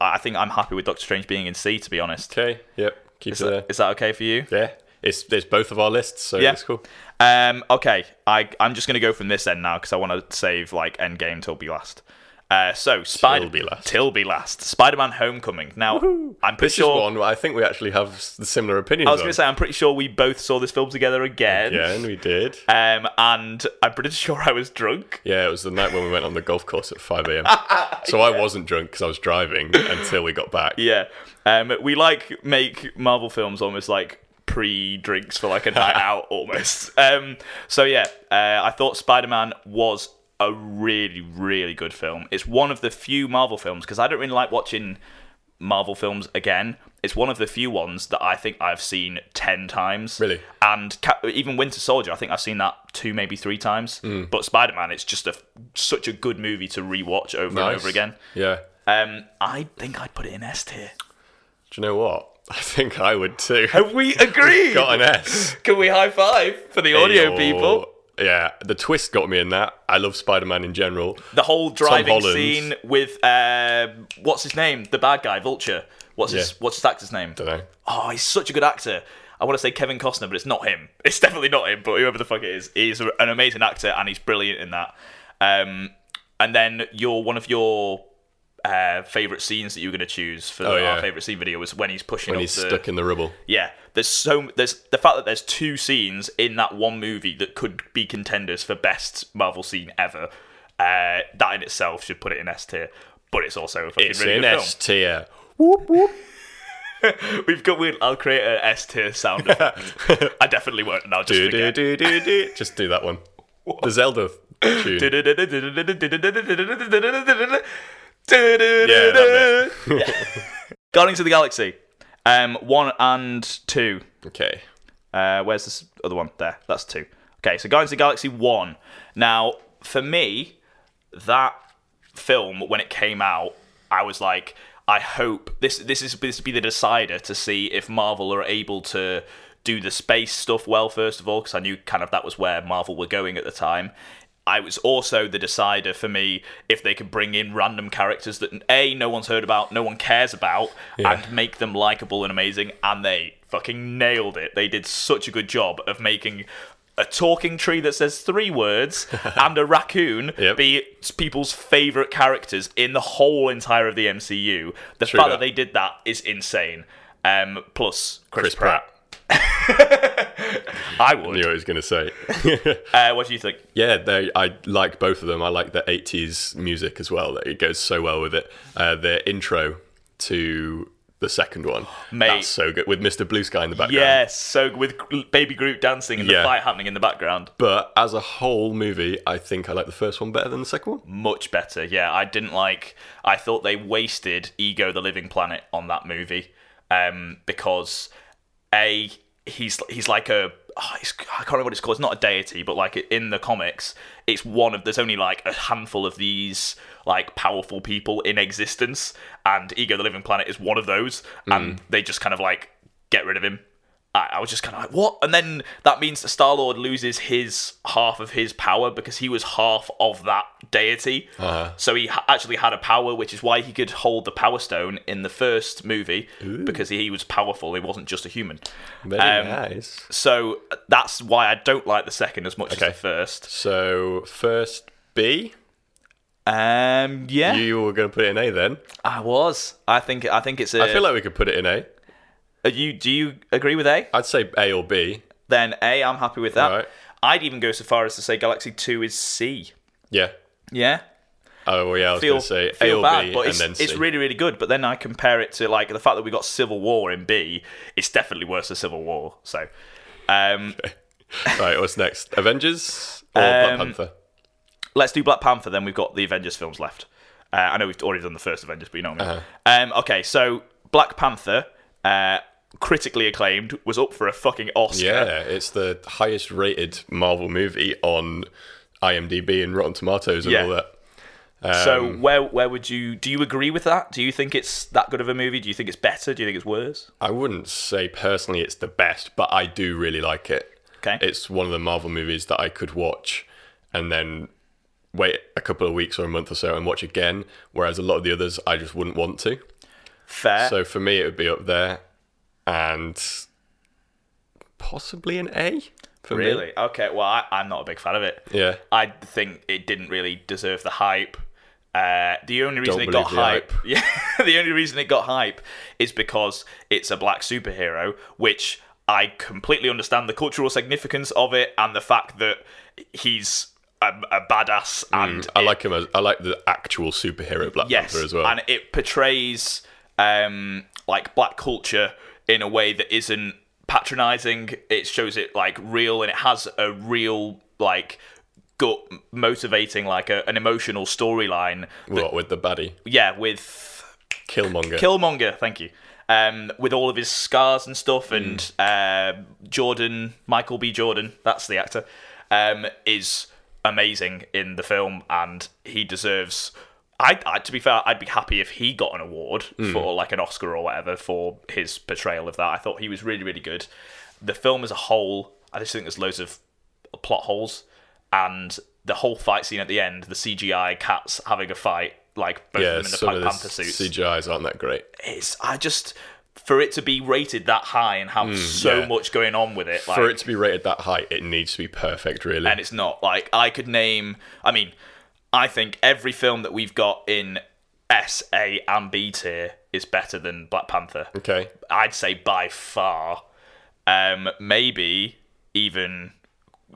I think I'm happy with Doctor Strange being in C. To be honest,
okay. Yep. Keep
is
it there.
that, is that okay for you?
yeah. It's it's both of our lists, so
Yeah.
it's cool.
Um, okay, I, I'm just going to go from this end now because I want to save like Endgame till be last. Uh, so Spider
be last.
till be last. Spider-Man: Homecoming. Now I'm pretty
This
sure.
is one where I think we actually have s- similar opinions.
I was going to say I'm pretty sure we both saw this film together again.
Yeah, and we did.
Um, and I'm pretty <laughs> sure I was drunk.
Yeah, it was the night when we went on the golf course at 5
<laughs>
a.m. So I wasn't drunk because I was driving until we got back.
Yeah. Um, we like make Marvel films almost like pre drinks for like a
<laughs>
night out almost. Um, so yeah, uh, I thought Spider Man was a really, really good film. It's one of the few Marvel films because I don't really like watching Marvel films again. It's one of the few ones that I think I've seen 10 times.
Really?
And Cap- even Winter Soldier, I think I've seen that two, maybe three times.
Hmm.
But Spider Man, it's just a, such a good movie to rewatch over and
Nice.
over again.
Yeah.
Um, I think I'd put it in S tier.
Do you know what? <laughs> I think I would too.
Have we agreed?
got an S.
Can we high five for the audio
Yo.
people?
Yeah, the twist got me in that. I love Spider Man in general.
The whole driving
Holland.
scene with uh, what's his name, the bad guy, Vulture. What's
Yeah.
his what's his actor's name?
Don't know.
Oh, he's such a good actor. I want to say Kevin Costner, but it's not him. <laughs> It's definitely not him. But whoever the fuck it is, he's a- an amazing actor and he's brilliant in that. Um, and then your one of your uh, favorite scenes that you were going to choose for
Oh, yeah.
our favorite scene video was when he's pushing
When
up
he's
the,
stuck in the rubble.
Yeah, there's so there's the fact that there's two scenes in that one movie that could be contenders for best Marvel scene ever. Uh, that in itself should put it in S tier, but it's also a fucking
It's
really
in
good
S
film.
tier.
We've got we'll, I'll create an S tier sound. effect. I definitely won't, and I'll just
Do, do,
forget.
do, do, do. Just do
<laughs>
that one. The Zelda tune. that
<laughs> Guardians of the Galaxy, um, one and two.
Okay.
Uh, where's this other one? There. That's two. Okay, so Guardians of the Galaxy 1. Now, for me, that film, when it came out, I was like, I hope this this is this be the decider to see if Marvel are able to do the space stuff well, first of all, because I knew kind of that was where Marvel were going at the time. I was also the decider for me if they could bring in random characters that A, no one's heard about, no one cares about, and make them likable and amazing, and they fucking nailed it. They did such a good job of making a talking tree that says three words and a raccoon
Yep.
be people's favorite characters in the whole entire of the MCU. The fact that
that.
they did that is insane. Um, plus Chris,
Chris
Pratt.
Pratt.
I
I knew
would.
I was going to say.
Uh, what do you think?
yeah, they, I like both of them. I like the 80s music as well. It goes so well with it. Uh, the intro to the second one.
Mate.
That's so good. With Mr. Blue Sky in the background.
Yes, so with G- Baby Groot dancing and the
Yeah.
fight happening in the background,
But as a whole movie, I think I like the first one better than the second one.
much better. Yeah, I didn't like. I thought they wasted Ego the Living Planet on that movie um, because a he's he's like a oh, it's, I can't remember what it's called. It's not a deity, but like in the comics, it's one of there's only like a handful of these like powerful people in existence, and Ego the Living Planet is one of those, and they just kind of like get rid of him I, I was just kind of like, what? And then that means that Star Lord loses his half of his power because he was half of that deity.
Uh-huh.
So he ha- actually had a power, which is why he could hold the Power Stone in the first movie because he was powerful. He wasn't just a human.
Very
Um,
nice.
So uh, that's why I don't like the second as much
Okay.
as the first.
So, first B.
Um, yeah,
You were going to put it in A then.
I was. I think. I think it's a.
I feel like we could put it in A.
Are you do you agree with A?
I'd say A or B.
Then A, I'm happy with that.
Right.
I'd even go so far as to say Galaxy Two is C.
Yeah.
Yeah.
Oh, well, yeah, I was
feel,
going to say A
feel
or
bad,
B
but
and
it's,
then C.
it's really, really good. But then I compare it to like the fact that we got Civil War in B. It's definitely worse than Civil War. So, um,
right, what's next? Avengers or Black
Um,
Panther?
let's do Black Panther. Then we've got the Avengers films left. Uh, I know we've already done the first Avengers, but you know what I mean.
Uh-huh.
Um, okay, so Black Panther, uh, critically acclaimed, was up for a fucking Oscar.
Yeah, it's the highest rated Marvel movie on IMDb and Rotten Tomatoes and
Yeah.
all that.
So
um,
where where would you do you agree with that? Do you think it's that good of a movie? Do you think it's better? Do you think it's worse?
I wouldn't say personally it's the best, but I do really like it.
Okay.
It's one of the Marvel movies that I could watch and then wait a couple of weeks or a month or so and watch again, whereas a lot of the others I just wouldn't want to.
Fair.
So for me, it would be up there and possibly an A for me.
really? Okay. Well, I, I'm not a big fan of it.
Yeah.
I think it didn't really deserve the hype. Uh, the only reason
Don't
it got
believe
hype,
the
<laughs> yeah, the only reason it got hype is because it's a black superhero, which I completely understand the cultural significance of it and the fact that he's a, a badass and
Mm, I
it-
like him as I like the actual superhero Black
yes,
Panther as well.
and it portrays um, like black culture in a way that isn't patronizing. It shows it like real, and it has a real like gut motivating, like a, an emotional storyline.
what with the baddie?
Yeah, with
Killmonger.
Killmonger, thank you. Um, with all of his scars and stuff, and
Mm.
uh, Jordan, Michael B. Jordan, that's the actor, um, is amazing in the film, and he deserves. I, I to be fair, I'd be happy if he got an award
Mm.
for like an Oscar or whatever for his portrayal of that. I thought he was really, really good. The film as a whole, I just think there's loads of plot holes, and the whole fight scene at the end, the CGI cats having a fight, like both
yeah,
of them in the
some
Black
of the
Panther suits
CGIs aren't that great.
it's I just for it to be rated that high and have so
Mm, yeah.
much going on with it, like,
For it to be rated that high, it needs to be perfect, really.
and it's not like I could name. I mean, I think every film that we've got in S, A, and B tier is better than Black Panther.
okay.
I'd say by far. Um, maybe even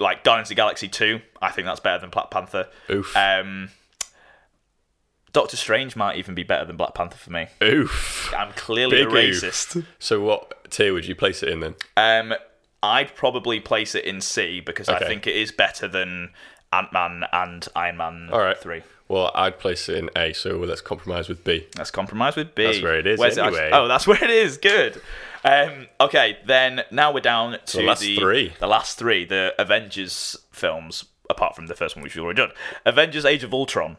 like Guardians of the Galaxy Two. I think that's better than Black Panther.
Oof.
Um, Doctor Strange might even be better than Black Panther for me.
Oof.
I'm clearly a
Big oof.
racist.
So what tier would you place it in then?
Um, I'd probably place it in C because I
Okay.
think it is better than Ant Man and Iron Man
All right.
three.
Well, I'd place it in A, so let's compromise with B.
Let's compromise with B.
That's where it is
Where's
anyway.
oh, that's <laughs> where it is. Good. Um, okay, then now we're down to the
last three.
The last three, the Avengers films, apart from the first one which we've already done. Avengers: Age of Ultron.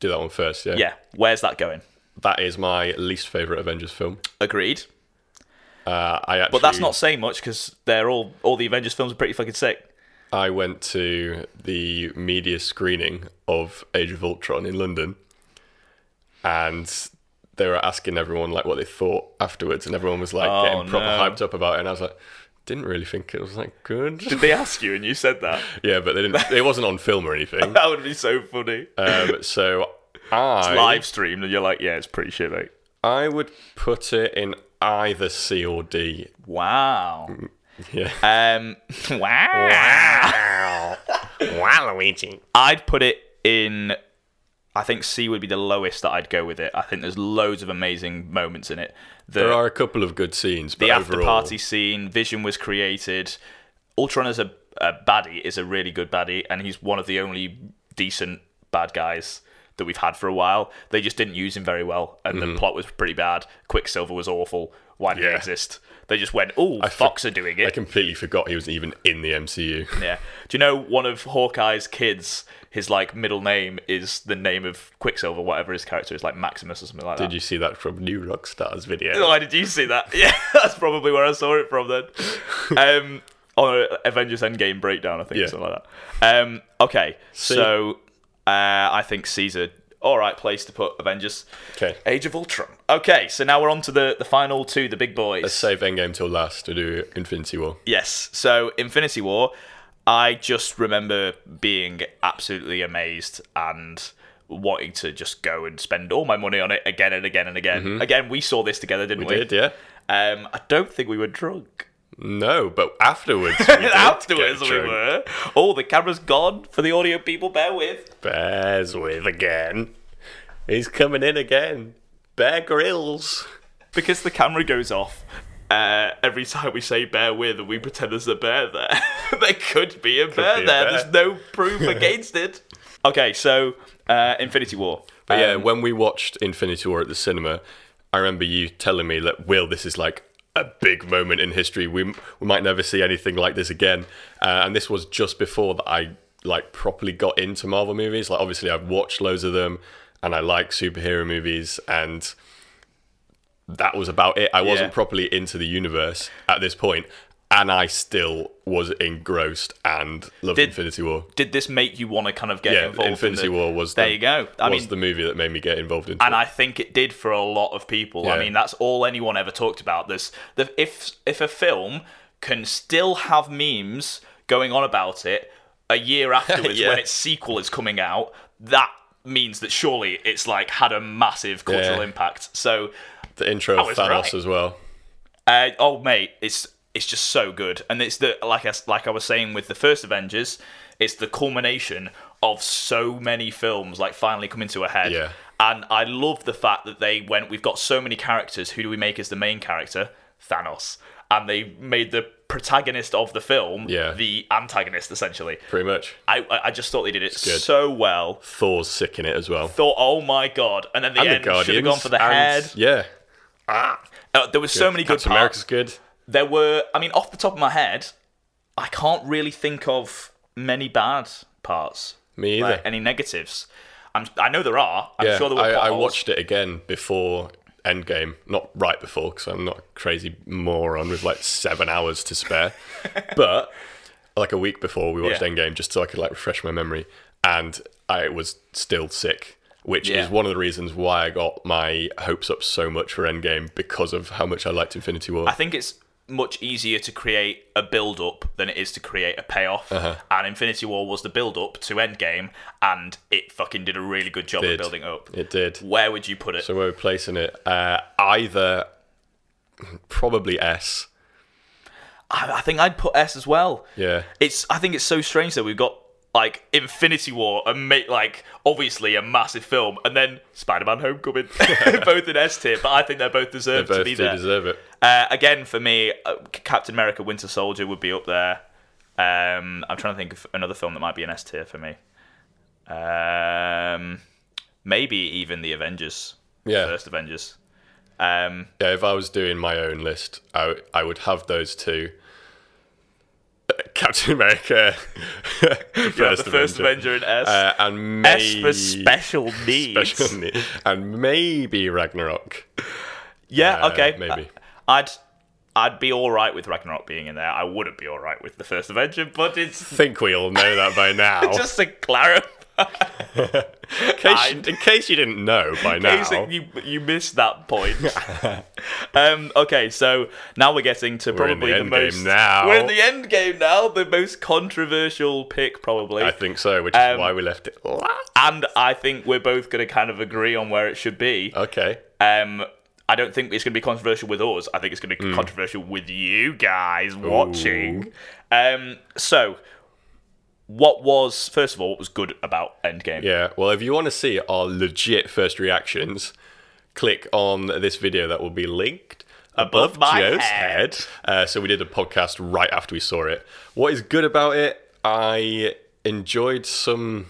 Do that one first, yeah.
Yeah, where's that going?
That is my least favorite Avengers film.
Agreed.
Uh, I actually,
But that's not saying much because they're all all the Avengers films are pretty fucking sick.
I went to the media screening of Age of Ultron in London, and they were asking everyone like what they thought afterwards, and everyone was like
Oh,
getting proper
no.
hyped up about it. And I was like, didn't really think it was that good. <laughs>
Did they ask you and you said that? <laughs>
yeah, but they didn't. It wasn't on film or anything.
That would be so funny.
Um, so I
Live streamed and you're like, yeah, it's pretty shit, mate.
I would put it in either C or D.
Wow.
Mm, Yeah.
<laughs> Um, Ah. <laughs>
wow, Luigi.
I'd put it in. I think C would be the lowest that I'd go with it. I think there's loads of amazing moments in it. The,
There are a couple of good scenes, but
the after
overall,
party scene, Vision was created. Ultron as a, a baddie is a really good baddie, and he's one of the only decent bad guys that we've had for a while. They just didn't use him very well, and the plot was pretty bad. Quicksilver was awful. Why did he
Mm-hmm. Yeah.
exist? They just went, "Oh, Fox are doing
I
it."
completely forgot he was even in the MCU.
Yeah. Do you know one of Hawkeye's kids? His like middle name is the name of Quicksilver, whatever his character is, like Maximus or something like that.
Did you see that from New Rockstars video?
Why Oh, did you see that? <laughs> Yeah, that's probably where I saw it from
<laughs>
then. Um, on a Avengers Endgame breakdown, I think,
Yeah.
something like that. Um, okay, so uh, I think Caesar, all right place to put Avengers.
Okay.
Age of Ultron. Okay, so now we're on to the, the final two, the big boys.
Save Endgame till last to do Infinity War.
Yes. So Infinity War, I just remember being absolutely amazed and wanting to just go and spend all my money on it again and again and again. Again, we saw this together, didn't we?
Mm-hmm. Did yeah?
Um, I don't think we were drunk.
No, but
<laughs>
afterwards. We did
Afterwards,
get
we
drunk.
were. Oh, the camera's gone for the audio people. Bear with.
Bears with again. He's coming in again. Bear grills.
Because the camera goes off uh, every time we say bear with and we pretend there's a bear there. <laughs> there could be a bear
be a
there.
bear.
There's no
<laughs>
proof against it. Okay, so uh, Infinity War.
But yeah,
Um,
when we watched Infinity War at the cinema, I remember you telling me that Will, this is like a big moment in history. We we might never see anything like this again. Uh, and this was just before that I like properly got into Marvel movies. Like obviously I've watched loads of them, and I like superhero movies and. That was about it. I wasn't
Yeah.
properly into the universe at this point, and I still was engrossed and loved
Did-
Infinity War.
did this make you want to kind of get
Yeah,
involved? in
Infinity
the-
War was
there.
the,
you go. I
was
mean,
the movie that made me get involved in.
and I think it did for a lot of people. I
Yeah.
mean, that's all anyone ever talked about. This, the, if if a film can still have memes going on about it a year <laughs> afterwards
Yeah.
when its sequel is coming out, that means that surely it's like had a massive cultural
Yeah.
impact. So
the intro of
was
Thanos
Oh, right.
as well.
Uh, oh mate, it's it's just so good, and it's the like I s- like I was saying with the first Avengers, it's the culmination of so many films like finally coming to a head.
Yeah.
And I love the fact that they went. We've got so many characters. Who do we make as the main character? Thanos, and they made the protagonist of the film
Yeah.
the antagonist essentially.
Pretty much.
I I- I just thought they did it
good.
so well.
Thor's sick in it as well.
Thought, oh my god! And then the
And the
end should have
Guardians.
gone for the
and-
head.
Yeah.
Uh, there was so many good
Captain
parts.
America's good.
there were i mean off the top of my head i can't really think of many bad parts
Me either.
like, any negatives I'm, i know there are i'm
yeah.
sure there were
I, I
potholes.
watched it again before Endgame. Not right before, because I'm not a crazy moron with like seven hours
<laughs>
to spare. but like a week before we watched
Yeah.
Endgame, just so I could like refresh my memory. And I was still sick, which
Yeah.
is one of the reasons why I got my hopes up so much for Endgame because of how much I liked Infinity War.
i think it's much easier to create a build up than it is to create a payoff
Uh-huh.
and infinity war was the build up to endgame and it fucking did a really good job of
Did.
building up
it did.
where would you put it
So we're placing it uh, either probably S.
I, I think i'd put s as well
Yeah.
it's I think it's so strange that we've got like Infinity War and make like obviously a massive film and then Spider-Man Homecoming <laughs> both in S tier but I think they both deserve
Both
to
do
be there
deserve it.
uh, again for me uh, Captain America Winter Soldier would be up there um, I'm trying to think of another film that might be an S tier for me um, maybe even the Avengers
Yeah.
first Avengers um,
Yeah, if I was doing my own list, I, w- I would have those two. <laughs> Uh,
<laughs>
Captain America, the
yeah,
first,
the first
Avenger,
Avenger in S
uh, and
S
maybe
for special needs
<laughs> special ne- <laughs> and maybe Ragnarok.
Yeah,
Uh,
okay.
maybe.
I- I'd I'd be all right with Ragnarok being in there. I wouldn't be all right with the first Avenger, but it's
think we all know
<laughs>
that by now.
just to clarify.
in, case you, in case you didn't know by now,
Basically, you you missed that point.
<laughs>
um, okay, so now we're getting to
in the
probably the,
end game
most.
now.
We're in the end game now. The most controversial pick, probably.
I think so, which is
Um,
why we left it. last. Uh,
and I think we're both going to kind of agree on where it should be.
Okay,
Um, I don't think it's going to be controversial with us. I think it's going to
Mm.
be controversial with you guys watching. Um, so, what was first of all what was good about Endgame?
Yeah, well, if you want to see our legit first reactions, click on this video that will be linked above,
Above my
Joe's
head.
head. Uh, so we did a podcast right after we saw it. What is good about it? I enjoyed some.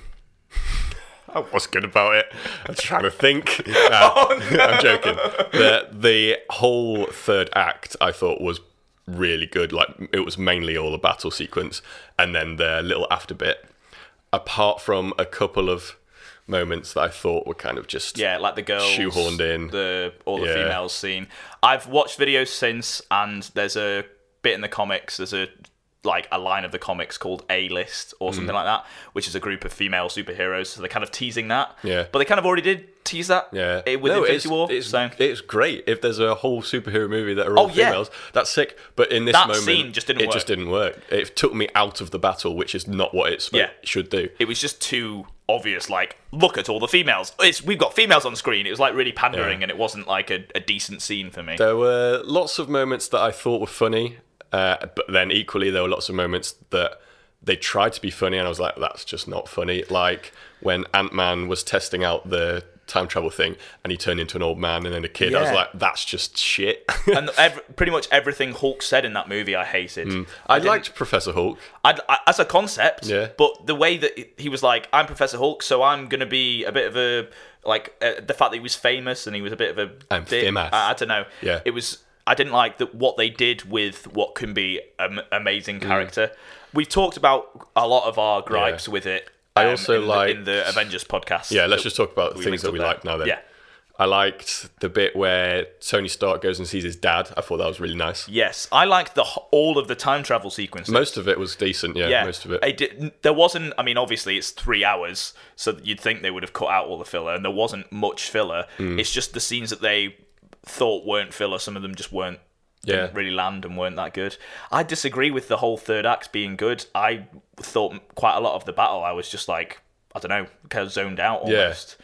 I was good about it. I'm trying to <laughs> think. Uh, I'm joking. The, the whole third act I thought was really good. Like it was mainly all a battle sequence, and then the little after bit. Apart from a couple of moments that I thought were kind of just
Yeah, like the girls
Shoehorned in.
the all the
Yeah.
females scene. I've watched videos since, and there's a bit in the comics. There's a like a line of the comics called A List
Mm.
or something like that, which is a group of female superheroes. So they're kind of teasing that.
Yeah.
but they kind of already did tease that.
Yeah,
it, with
No,
Infinity
it's,
War.
It's,
so
it's great if there's a whole superhero movie that are all
Oh, yeah.
females. That's sick. But in this
That
moment,
scene just didn't
it just
work.
didn't work. It took me out of the battle, which is not what it
Yeah.
should do.
it was just too obvious. Like, look at all the females. It's we've got females on screen. It was like really pandering,
Yeah.
and it wasn't like a, a decent scene for me.
There were lots of moments that I thought were funny, uh, but then equally there were lots of moments that they tried to be funny, and I was like, "That's just not funny." Like when Ant Man was testing out the time travel thing, and he turned into an old man and then a kid. I was
Yeah.
like, "That's just shit." <laughs>
and ev- pretty much everything Hulk said in that movie, I hated.
Hmm. I liked Professor Hulk.
I'd, I, as a concept.
Yeah.
But the way that he- he was like, I'm Professor Hulk, so I'm gonna be a bit of a like uh, the fact that he was famous and he was a bit of a.
I'm
dick-
famous.
I, I don't know.
Yeah.
It was. I didn't like that what they did with what can be an
Mm.
amazing character. We've talked about a lot of our gripes with it. um,
I also
in the, in
liked-
the Avengers podcast.
Yeah, let's
that
just talk about the
linked
things that
up
we
there.
like now then.
Yeah.
I liked the bit where Tony Stark goes and sees his dad. I thought that was really nice.
Yes, I liked the h- all of the time travel sequences.
Most of it was decent, yeah,
yeah,
most of it.
I did, there wasn't. I mean, obviously, it's three hours, so you'd think they would have cut out all the filler, and there wasn't much filler.
Mm.
It's just the scenes that they thought weren't filler. Some of them just weren't.
Yeah.
didn't really land and weren't that good. I disagree with the whole third act being good. I thought quite a lot of the battle. I was just like, I don't know, kind of zoned out
Yeah.
almost.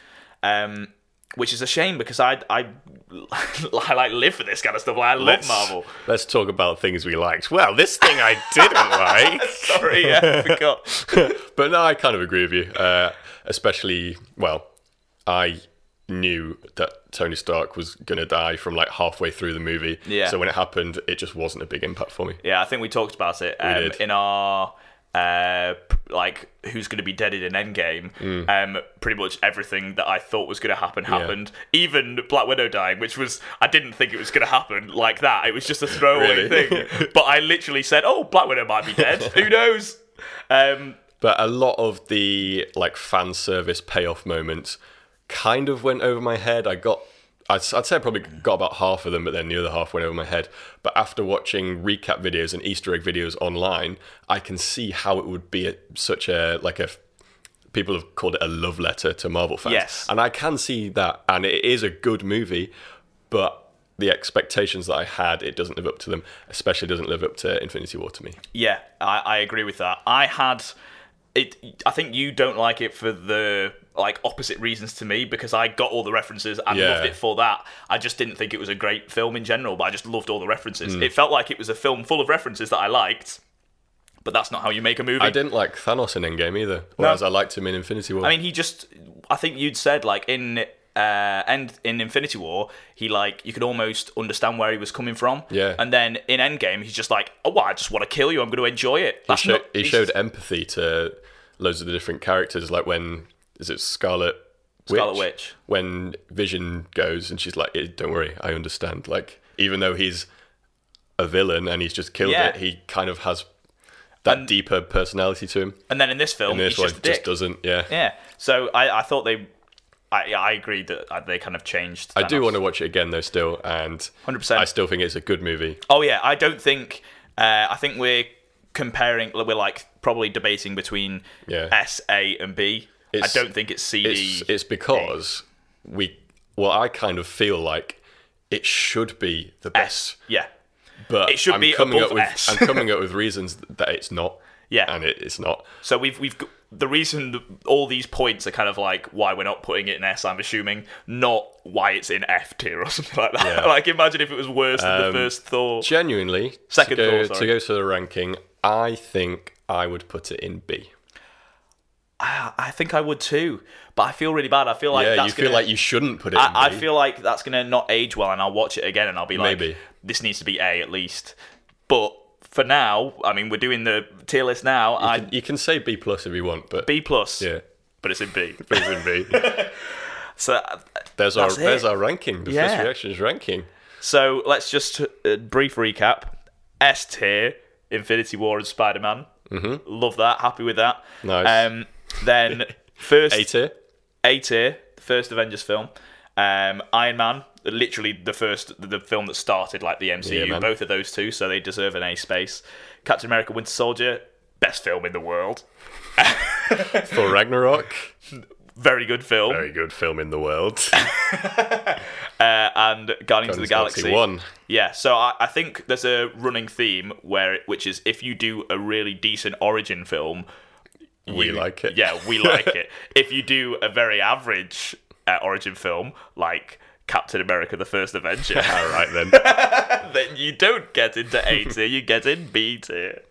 Um, which is a shame because I I, <laughs> I like live for this kind of stuff. Like, I love
Let's-
Marvel. <laughs>
Let's talk about things we liked. Well, this thing I didn't like.
Sorry, yeah,
<laughs>
I forgot.
but no, I kind of agree with you. Uh, especially, well, I knew that Tony Stark was going to die from like halfway through the movie.
Yeah.
So when it happened, it just wasn't a big impact for me.
Yeah, I think we talked about it um,
did.
in our uh, p- like who's going to be deaded in Endgame.
Mm.
Um, pretty much everything that I thought was going to happen happened. Even Black Widow dying, which was I didn't think it was going to happen like that. It was just a throwaway
Really? <laughs>
thing. But I literally said, "Oh, Black Widow might be dead. Who knows?" Um,
But a lot of the like fan service payoff moments kind of went over my head. I got, I'd, I'd say I probably got about half of them, but then the other half went over my head. But after watching recap videos and Easter egg videos online, I can see how it would be a, such a like a people have called it a love letter to Marvel fans.
Yes.
and I can see that, and it is a good movie, but. The expectations that I had, it doesn't live up to them. Especially doesn't live up to Infinity War to me.
Yeah, I, I agree with that. I had it. I think you don't like it for the like opposite reasons to me because I got all the references and
Yeah.
loved it for that. I just didn't think it was a great film in general, but I just loved all the
Mm.
references. It felt like it was a film full of references that I liked, but that's not how you make a movie.
I didn't like Thanos in Endgame either, whereas I liked him in Infinity War.
I mean, he just. I think you'd said like in. Uh, and in Infinity War, he like you could almost understand where he was coming from.
Yeah.
And then in Endgame, he's just like, "Oh, well, I just want to kill you. I'm going to enjoy it."
he, show, he showed empathy to loads of the different characters. Like when is it Scarlet Witch?
Scarlet Witch.
When Vision goes and she's like, "Eh, "Don't worry, I understand." Like even though he's a villain and he's just killed
Yeah.
it, he kind of has that deeper personality to him.
And then in this film,
And this
he's
one
just a dick.
just doesn't. Yeah.
Yeah. So I, I thought they, I, I agree that uh, they kind of changed.
I do want to watch it again though, still, and
100%.
I still think it's a good movie.
Oh yeah, I don't think. Uh, I think we're comparing. We're like probably debating between
Yeah.
S, A, and B. I
It's-
don't think it's C,
it's
D.
it's because we well, I kind of feel like it should be the best.
Yeah.
but
It should
I'm
be
coming
above
up with
S.
I'm coming up with reasons that it's not.
<laughs> Yeah.
and it, it's not.
So we've we've g- the reason th- all these points are kind of like why we're not putting it in S, I'm assuming, not why it's in F tier or <laughs> something like that.
Yeah. Um,
like, imagine if it was worse than the first Thor.
Genuinely,
Second
to go,
thought,
to
sorry.
go to the ranking, I think I would put it in B.
I, I think I would too, but I feel really bad. I feel like
yeah,
that's
you feel
gonna-
like you shouldn't put it. in
I, I
B.
feel like that's gonna not age well, and I'll watch it again, and I'll be like,
Maybe.
"This needs to be A at least." But for now, I mean, we're doing the tier list now. I
you can say B plus if you want, but
B plus,
yeah,
but it's in B.
it's in
<laughs>
B.
so,
There's our
That's it.
there's our ranking. The
Yeah.
first reactions ranking.
so let's just uh, brief recap. S tier: Infinity War and Spider Man. Mm-hmm. Love that. Happy with that.
Nice.
Um, then first
<laughs> A tier.
A tier, the first Avengers film. Um, Iron Man, literally the first, the film that started like the MCU.
Yeah, man.
both of those two, so they deserve an A space. Captain America: Winter Soldier, best film in the world.
Thor Ragnarok.
<laughs> Very good film.
Very good film in the world.
Uh, and Guardians of the Galaxy.
one.
Yeah, so I, I think there's a running theme where, it, which is if you do a really decent origin film,
We like it.
Yeah, we like it. If you do a very average uh, origin film like Captain America: The First Avenger,
All right
<laughs>
then.
then you don't get into
<laughs>
A tier, you get in B tier.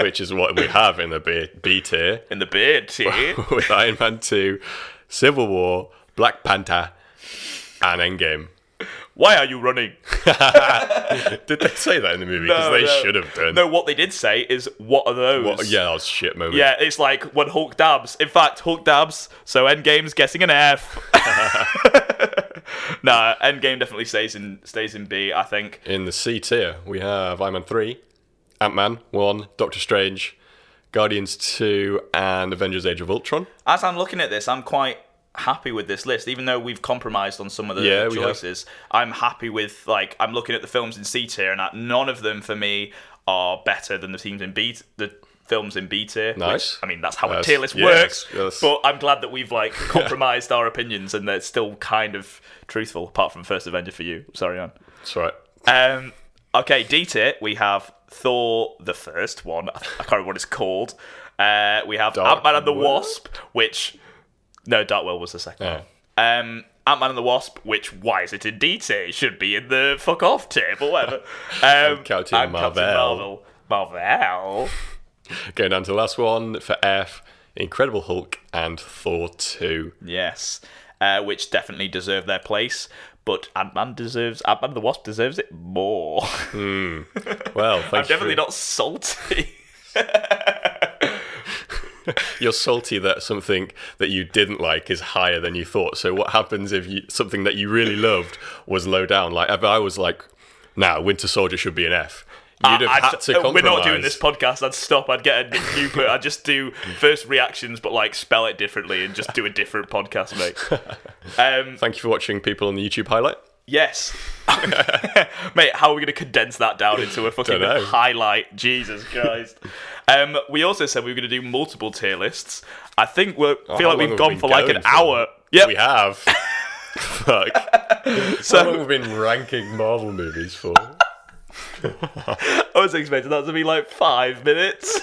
Which is what we have in the B,
<laughs>
B tier
In the B tier.
with Iron Man two, Civil War, Black Panther, and Endgame.
Why are you
<laughs>
running?
Did they say that in the movie? Because they
<laughs> no.
should have done.
No, what they did say is, what are those?
What- yeah, that was shit moment.
Yeah, it's like when Hulk dabs. In fact, Hulk dabs, so Endgame's getting an
<laughs>
F. <laughs> nah, Endgame definitely stays in stays in B, I think.
In the C tier, we have Iron Man 3, Ant Man 1, Doctor Strange, Guardians 2, and Avengers Age of Ultron.
As I'm looking at this, I'm quite happy with this list, even though we've compromised on some of the
Yeah, we have.
choices. I'm happy with like I'm looking at the films in C tier, and uh, none of them for me are better than the teams in B. The films in B tier. which,
Nice.
I mean, that's how a
Yes,
tier list
yes,
works.
yes.
But I'm glad that we've
<laughs>
like compromised our opinions, and they're still kind of truthful, apart from First Avenger for you. Sorry, on.
That's right.
Um, okay, D tier, we have Thor, the first one. I can't remember what it's called. Uh, we have
Dark
Ant Man and the
World?
Wasp, which. No, Dark World was the second
Yeah.
one. Um, Ant Man and the Wasp, which, why is it in D tier? It should be in the fuck off tier, but
<laughs>
whatever. Um,
Captain
and
Marvel.
Marvel. Marvel.
Going down to the last one for F, Incredible Hulk and Thor 2.
Yes. Uh, which definitely deserve their place, but Ant Man deserves. Ant Man and the Wasp deserves it more.
Well,
I'm
thank
<laughs>
you
definitely
for-
not salty.
You're salty that something that you didn't like is higher than you thought. So what happens if you, something that you really loved was low down? Like if I was like, "Now nah, Winter Soldier should be an F," you'd have
I'd
had
st-
to compromise.
uh, We're not doing this podcast. I'd stop. I'd get a new. Per- I'd just do first reactions, but like spell it differently and just do a different podcast,
<laughs>
mate. Um,
Thank you for watching, people on the YouTube highlight.
yes, <laughs> mate. How are we going to condense that down into a fucking
Dunno.
highlight? Jesus Christ. Um, we also said we were going to do multiple tier lists. I think we're feel
Oh, how
like
long
we've
have
gone
we
for like
going
an
for?
hour. Yep. <laughs>
We have. Fuck. How long
so
have we been ranking Marvel movies for?
I was expecting that to be like five minutes.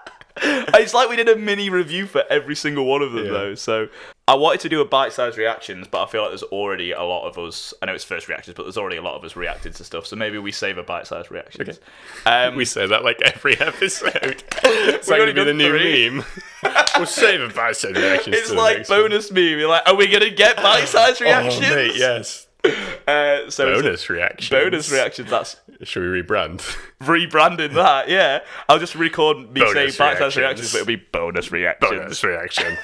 <laughs> it's like we did a mini review for every single one of them, though. So I wanted to do a bite-sized reactions, but I feel like there's already a lot of us. I know it's first reactions, but there's already a lot of us reacted to stuff. So maybe we save a bite-sized reactions. Um,
we say that like every episode. <laughs> It's
We've
going
only
to be the
done
new
three.
meme.
<laughs>
we'll save a bicep reaction.
it's like bonus meme. You're like, are we gonna get bite-sized reactions?
Oh, mate, yes.
Uh, so it's
Bonus reaction.
bonus reactions. That's
Should we rebrand?
rebranding that. Yeah, I'll just record me
Bonus
saying bite-sized reactions,
reactions.
but it'll be <laughs> bonus reactions.
reaction.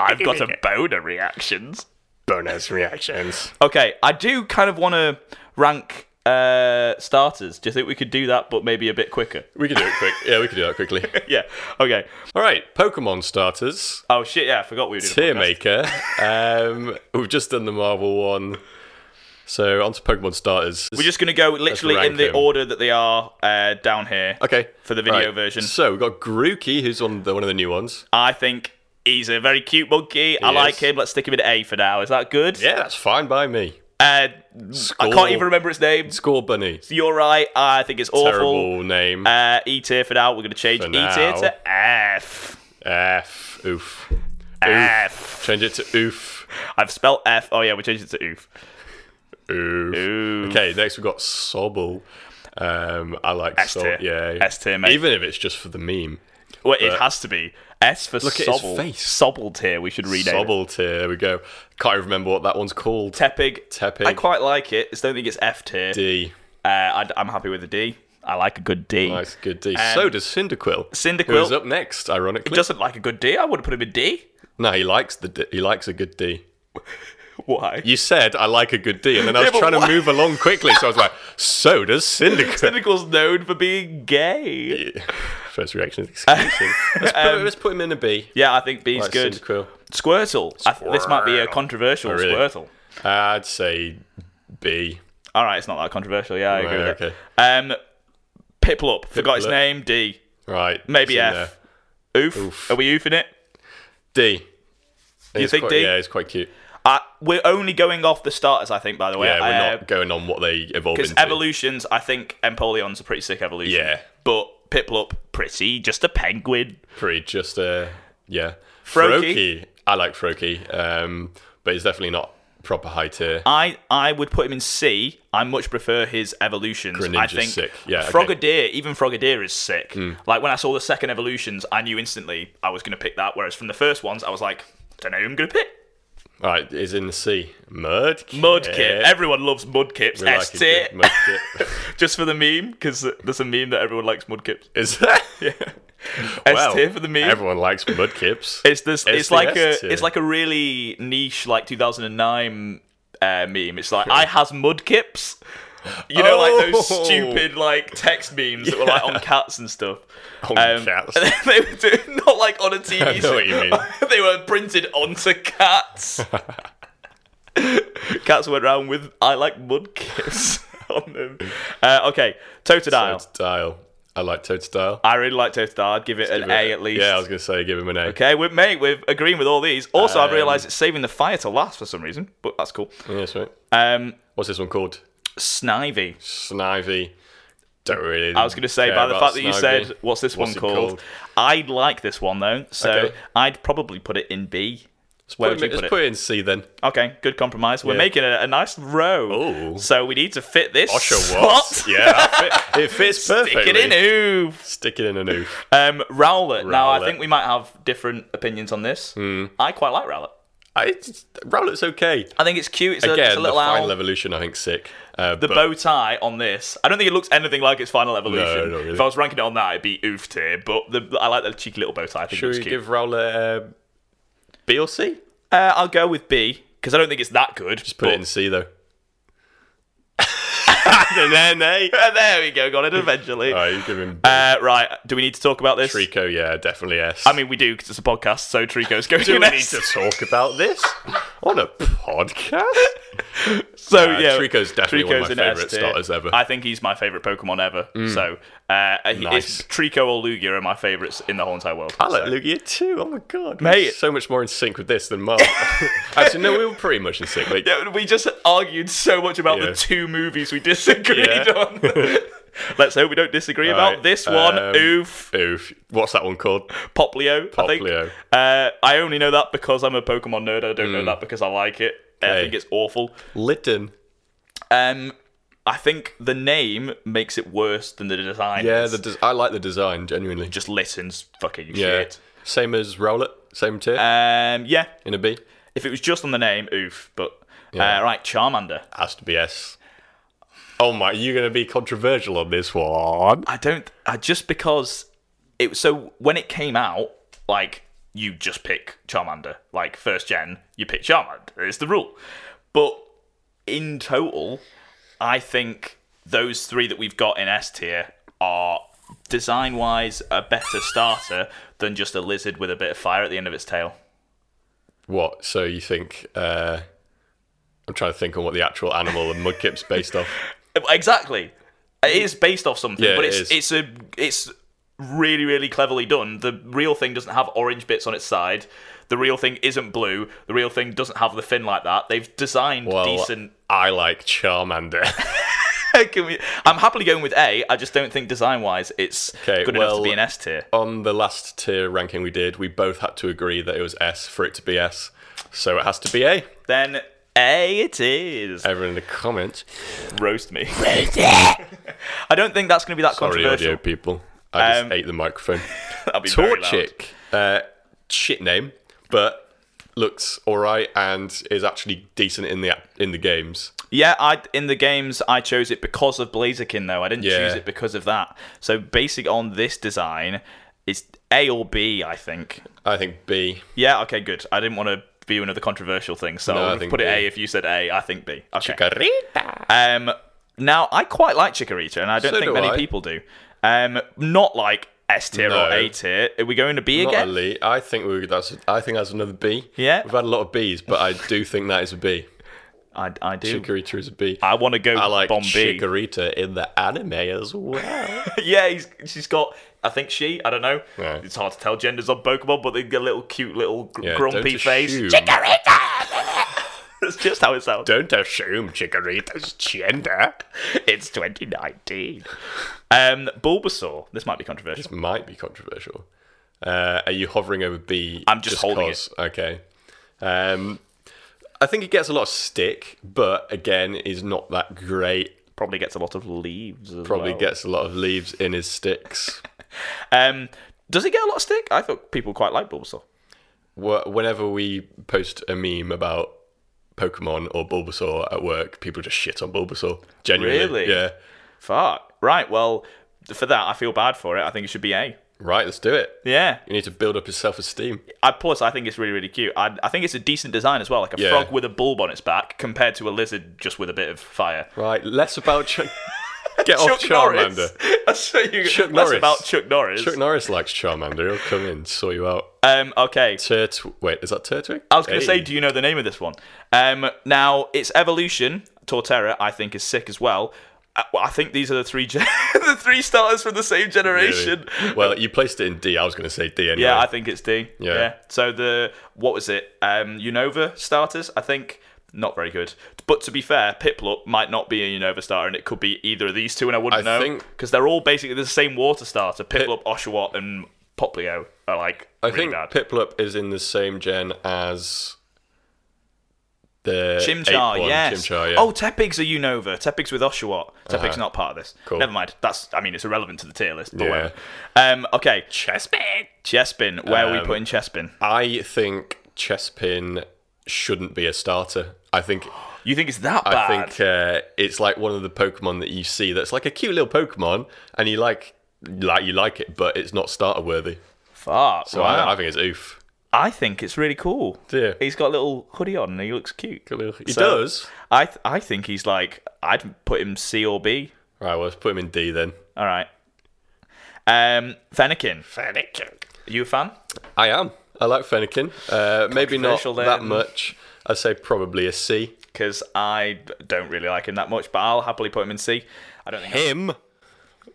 I've got a boner reactions.
bonus reactions.
Okay, I do kind of want to rank uh, starters. Do you think we could do that, but maybe a bit
<laughs>
quicker?
We can do it quick. Yeah, we can do that
<laughs>
quickly.
yeah. Okay.
All right, Pokemon starters.
Oh shit! Yeah, I forgot we were doing. a podcast.
Tear Maker. Um, we've just done the Marvel one. So onto Pokemon starters.
We're just gonna go literally
rank
in the
them.
order that they are uh, down here.
okay
For the video
right.
version. Ah.
So we've got Grookey, who's on the, one of the new ones.
I think he's a very cute monkey. I
He
like
is.
him. Let's stick him in A for now. Is that good?
Yeah, that's fine by me.
Uh, I
Score.
can't even remember its name.
Score Bunny.
You're right. I think it's awful. Ah.
Terrible name.
Uh, e tier for now. We're gonna change
For
E tier
now.
to F.
F. Oof.
F.
Change it to oof.
I've spelled F. Oh yeah, we changed it to oof.
Oof.
Oof.
Okay, next we've got Sobble. Um, I like
S
Sobble.
tier.
Yeah.
S tier, mate.
Even if it's just for the meme.
Wait, it has to be S for
Look at his
sobble.
face.
Sobble tier. We should rename it.
Sobble tier. There we go. Can't even remember what that one's called.
Tepig.
Tepig.
I quite like it. Just don't think it's F tier.
D.
Uh, I, am happy with a D. I like a good D.
Nice, good D.
Um,
so does Cyndaquil.
Cyndaquil-
Who's up next, ironically.
Doesn't like a good D. I would have put him in D.
No, he likes the D. he likes a good D.
Why? <laughs>
You said I like a good D, and then I was
Yeah, but
trying
why-
to move along quickly, so I was like, so does Cyndaquil.
Cynical's known for being gay.
<laughs> First reaction is exclusion. let's, put, let's put him in a B.
Yeah, I think B's
Like
Um, good.
Cyndaquil.
Squirtle. I th- this might be a
Squirtle.
controversial
Oh, really?
Squirtle.
I'd say B.
All right, it's not that controversial. Yeah, I agree.
Right,
with okay. Um, Piplup. Forgot his
Piplup.
name. D.
Right.
Maybe
it's in
F. Oof. Are we oofing it?
there. D. You
think D?
Yeah, it's quite cute.
Uh, we're only going off the starters, I think. By the way,
Yeah, we're
Uh,
not going on what they evolved
Because
into.
evolutions, I think Empoleon's a pretty sick evolution.
Yeah.
But Piplup, pretty, just a penguin.
Pretty just uh yeah.
Froakie.
I like Froakie. Um but he's definitely not proper high tier.
I, I would put him in C. I much prefer his evolutions. I
Greninja's
think
sick. Yeah, okay. Hmm.
Frogadier, even Frogadier is sick. Like when I saw the second evolutions, I knew instantly I was going to pick that. Whereas from the first ones, I was like, don't know who I'm going to pick.
All right, is in the sea. Mudkip.
Mudkip. Everyone loves Mudkips.
We like
S
a
tier.
good
<laughs>
Mudkip.
Just for the meme, because there's a meme that everyone likes Mudkips. <laughs>
Is that?
S tier for the meme.
Everyone likes mudkips.
<laughs> It's this. It's,
the
like
S
a.
tier.
It's like a really niche, like 2009 uh, meme. It's like I has mudkips. You know, like those
Oh.
stupid like text memes that were like on cats and stuff.
On
um, <laughs>
cats.
and they were doing, not like on a TV.
<laughs> I know what you mean.
<laughs> they were printed onto
<laughs>
cats. cats went around with I like mudkips <laughs> on them. Uh, okay, Totodile.
Totodile. I like Totodile.
I really like Totodile. I'd give it an
Give it
A at least.
Yeah, I was gonna say give him an A.
Okay, we're, mate, we're agreeing with all these. Also, I've
Um,
realised it's saving the fire to last for some reason, but that's cool.
Yeah, that's right.
Um,
What's this one called?
Snivy.
Snivy. Don't really.
I was going to say, by the fact that you said, what's this one
What's it
called?
called?
I like this one, though, so
Okay.
I'd probably put it in B. Where
Where
would you
let's
put it?
put it in C then.
Okay, good compromise. We're
Yeah.
making a, a nice row.
Ooh.
So we need to fit this
Osha
slot.
<laughs> Yeah, that fit- it fits
<laughs>
perfectly.
Stick it in, oof.
Stick it in an oof.
Um, Rowlet. Now, I
Rowlet.
think we might have different opinions on this.
Hmm.
I quite like Rowlet.
I, Rowlet's okay.
I think it's cute. It's, a, it's
Again,
a
the
little owl.
final evolution, I think, sick. Uh,
The bow tie on this, I don't think it looks anything like its final evolution.
not really.
If I was ranking it on that, it'd be oof tier. But the, I like the cheeky little bow tie. I think
Should
it's
we
cute.
give Rowlet um, B or C?
Uh, I'll go with B because I don't think it's that good.
Just put it
<laughs>
in C though. and then, eh?
Uh, there we go. Got it eventually.
All right, you give him
uh, right. Do we need to talk about this?
Trico, yeah, definitely S.
I mean, we do because it's a podcast. So Trico's going <laughs>
do we
in
need
next.
to talk about this on a podcast?
So
Uh,
yeah,
Trico's definitely one of my
Trico's in S
favourite
tier.
starters ever. Mm.
I think he's my favorite Pokemon ever. So uh, he-
Nice.
it's Trico or Lugia are my favorites in the whole entire world.
I like
So-
Lugia too. Oh my god,
Mate.
We're so much more in sync with this than <laughs> Mark. Actually, no, we were pretty much in sync. Like,
Yeah, we just argued so much about
Yeah.
the two movies we disagreed
Yeah. <laughs>
on. Let's hope we don't disagree about
right,
this one.
um,
Oof,
Oof. What's that one called?
Poplio. I think.
Poplio. Mm.
Uh, I only know that because I'm a Pokemon nerd. I don't know that because I like it. I
Okay.
think it's awful.
Litten.
Um, I think the name makes it worse than the design.
Yeah,
is.
the des- I like the design genuinely.
just listens fucking
yeah,
shit.
same as Rowlet, same tier
Um, yeah.
in a B.
If it was just on the name, oof. But
Yeah.
uh, right, Charmander.
Has to be S. Oh my, you're gonna be controversial on this one.
I don't. I just because it was so when it came out, like you just pick Charmander, like first gen, you pick Charmander. It's the rule. But in total, I think those three that we've got in S tier are design wise a better starter than just a lizard with a bit of fire at the end of its tail.
What? So you think? uh I'm trying to think on what the actual animal and mudkip's based <laughs> off.
Exactly. It is based off something,
Yeah,
but
it
it's it's a it's really really cleverly done. The real thing doesn't have orange bits on its side. The real thing isn't blue. The real thing doesn't have the fin like that. They've designed
Well,
decent.
I like Charmander. <laughs>
<laughs> Can we? I'm happily going with A. I just don't think design wise it's
Okay,
good enough
well-
to be an S tier.
On the last tier ranking we did, we both had to agree that it was S for it to be S. So it has to be A.
Then A it is.
Everyone in the comments.
Roast me. <laughs> I don't think that's going to be that
Sorry,
controversial. <laughs>
audio people. I just
Um,
ate the
<laughs>
microphone.
That'll be very loud.
Torchic. Uh, shit name, but looks alright and is actually decent in the app- in the games.
Yeah, I in the games I chose it because of Blaziken though. I didn't
Yeah.
choose it because of that. So basing on this design, it's A or B, I think.
I think B.
Yeah, okay, good. I didn't want to be another controversial thing, so
No, I
I would have
think
put it
B.
A if you said A. I think B. Okay.
Chikorita.
Um, now I quite like Chikorita, and I don't
So
think
do
many
I.
people do. Um, not like S tier or
No.
A tier. Are we going to B
Not
again?
elite. I think we that's I think that's another B.
Yeah.
We've had a lot of B's, but I do think that is a B.
I, I do.
Chikorita is a B. I
I want to go
like
Ah, Bomb B.
Chikorita in the anime as well.
yeah, he's, she's got. I think she. I don't know.
Right.
It's hard to tell genders on Pokemon, but they've got a little cute, little gr-
Yeah,
grumpy
don't
face.
assume-
<laughs> That's just how it sounds.
Don't assume Chikorita's gender.
It's 2019. Um, Bulbasaur. This might be controversial.
Might be controversial. Uh, are you hovering over B?
I'm just holding
'cause? Okay. Um, I think it gets a lot of stick, but again, is not that great.
Probably gets a lot of leaves. As
Probably
well.
gets a lot of leaves in his sticks.
Um, does it get a lot of stick? I thought people quite like Bulbasaur.
Wh- Whenever we post a meme about Pokemon or Bulbasaur at work, people just shit on Bulbasaur. Genuinely,
Really?
yeah.
Fuck. Right. Well, for that, I feel bad for it. I think it should be A.
Right, let's do it.
Yeah.
You need to build up his self-esteem.
I, plus, I think it's really, really cute. I, I think it's a decent design as well, like a
Yeah.
frog with a bulb on its back compared to a lizard just with a bit of fire.
Right, less
<laughs>
about Ch- get off Charmander.
Norris. <laughs> That's what you.
Oh, Chuck
that's
Norris.
about Chuck Norris.
Chuck Norris likes Charmander. He'll come in, sort you out.
um, okay.
Turt. Wait, is that Turtwig?
I was going to
Hey.
say, do you know the name of this one? Um, now, its evolution, Torterra, I think is sick as well. I, well, I think these are the three gen- <laughs> the three starters from the same generation.
Really? Well, you placed it in D. I was going to say D anyway.
Yeah, I think it's D.
Yeah.
So the what was it? Um, Unova starters, I think. Not very good. But to be fair, Piplup might not be a Unova starter, and it could be either of these two, and I wouldn't
I
know
think-
because they're all basically the same water starter. Piplup, Oshawott, and Poplio are like
I
really
think
bad.
Piplup is in the same gen as the ape
Chimchar,
one,
yes.
Chimchar, yeah. Uh-huh.
Oh, Tepig's a Unova. Tepig's with Oshawott. Tepig's not part of this.
Cool.
Never mind. That's I mean, it's irrelevant to the tier list. But
Yeah. Um,
whatever. Um, okay,
Chespin.
Chespin. Where are we putting Chespin?
I think Chespin shouldn't be a starter. I think
You think it's that
I
bad?
think uh, it's like one of the Pokemon that you see that's like a cute little Pokemon, and you like like you like it, but it's not starter worthy.
Fuck.
So
wow.
I, I think it's oof.
I think it's really cool.
Yeah.
He's got a little hoodie on and he looks cute.
He
So,
does.
I th- I think he's like I'd put him C or B.
Right, well, let's put him in D then.
All right. Um, Fennekin, you a fan?
I am. I like Fennekin. Uh, maybe not
Controversial
that
then.
much. I'd say probably a C.
Because I don't really like him that much, but I'll happily put him in C. I don't think.
Him.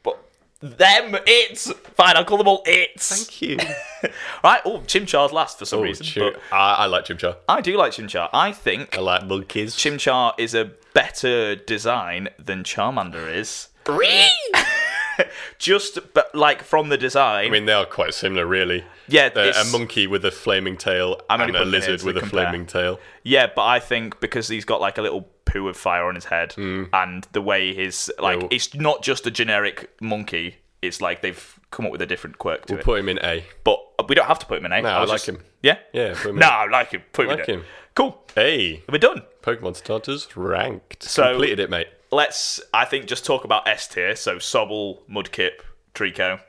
But them, it's fine. I'll call them all it's.
Thank <laughs> you.
Right. Oh, Chimchar's last for some
Oh,
reason.
shoot.
But
I, I like Chimchar.
I do like Chimchar. I think
I like monkeys.
Chimchar is a better design than Charmander is. Just but like from the design.
I mean, they are quite similar, really.
Yeah,
They're a
it's-
monkey with a flaming tail
I'm only
and a
putting it here
lizard
to
with a
compare.
flaming tail.
Yeah, but I think because he's got like a little poo of fire on his head,
Mm.
and the way his like
Well-
it's not just a generic monkey. It's like they've come up with a different quirk to
We'll
it.
put him in A.
but we don't have to put him in A.
I
was
like
just-
him.
Yeah.
Yeah, put him
No, I like him. Put him
Like
in A.
him.
Cool.
in A.
We're done.
Pokemon starters ranked.
So-
Completed it, mate.
Let's I think just talk about S tier. So Sobble, Mudkip, Trico.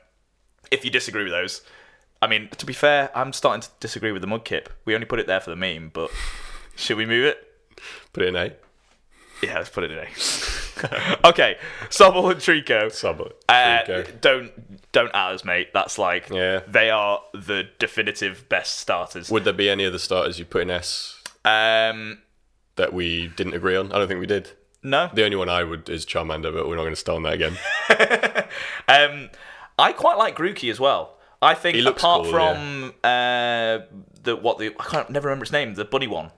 If you disagree with those, I mean to be fair, I'm starting to disagree with the Mudkip. We only put it there for the meme, but should we move it?
Put it in A.
Yeah, let's put it in A. <laughs> okay, Sobble and Trico.
Sub it.
Uh,
There you go.
Don't don't at us, mate. That's like
Yeah.
they are the definitive best starters.
Would there be any other starters you put in S
Um,
that we didn't agree on? I don't think we did.
no,
The only one I would is Charmander, but we're not going to start on that <laughs> again.
um, I quite like Grookey as well. I think
looks
apart
cool,
from uh, the what the I can't never remember his name, the bunny one.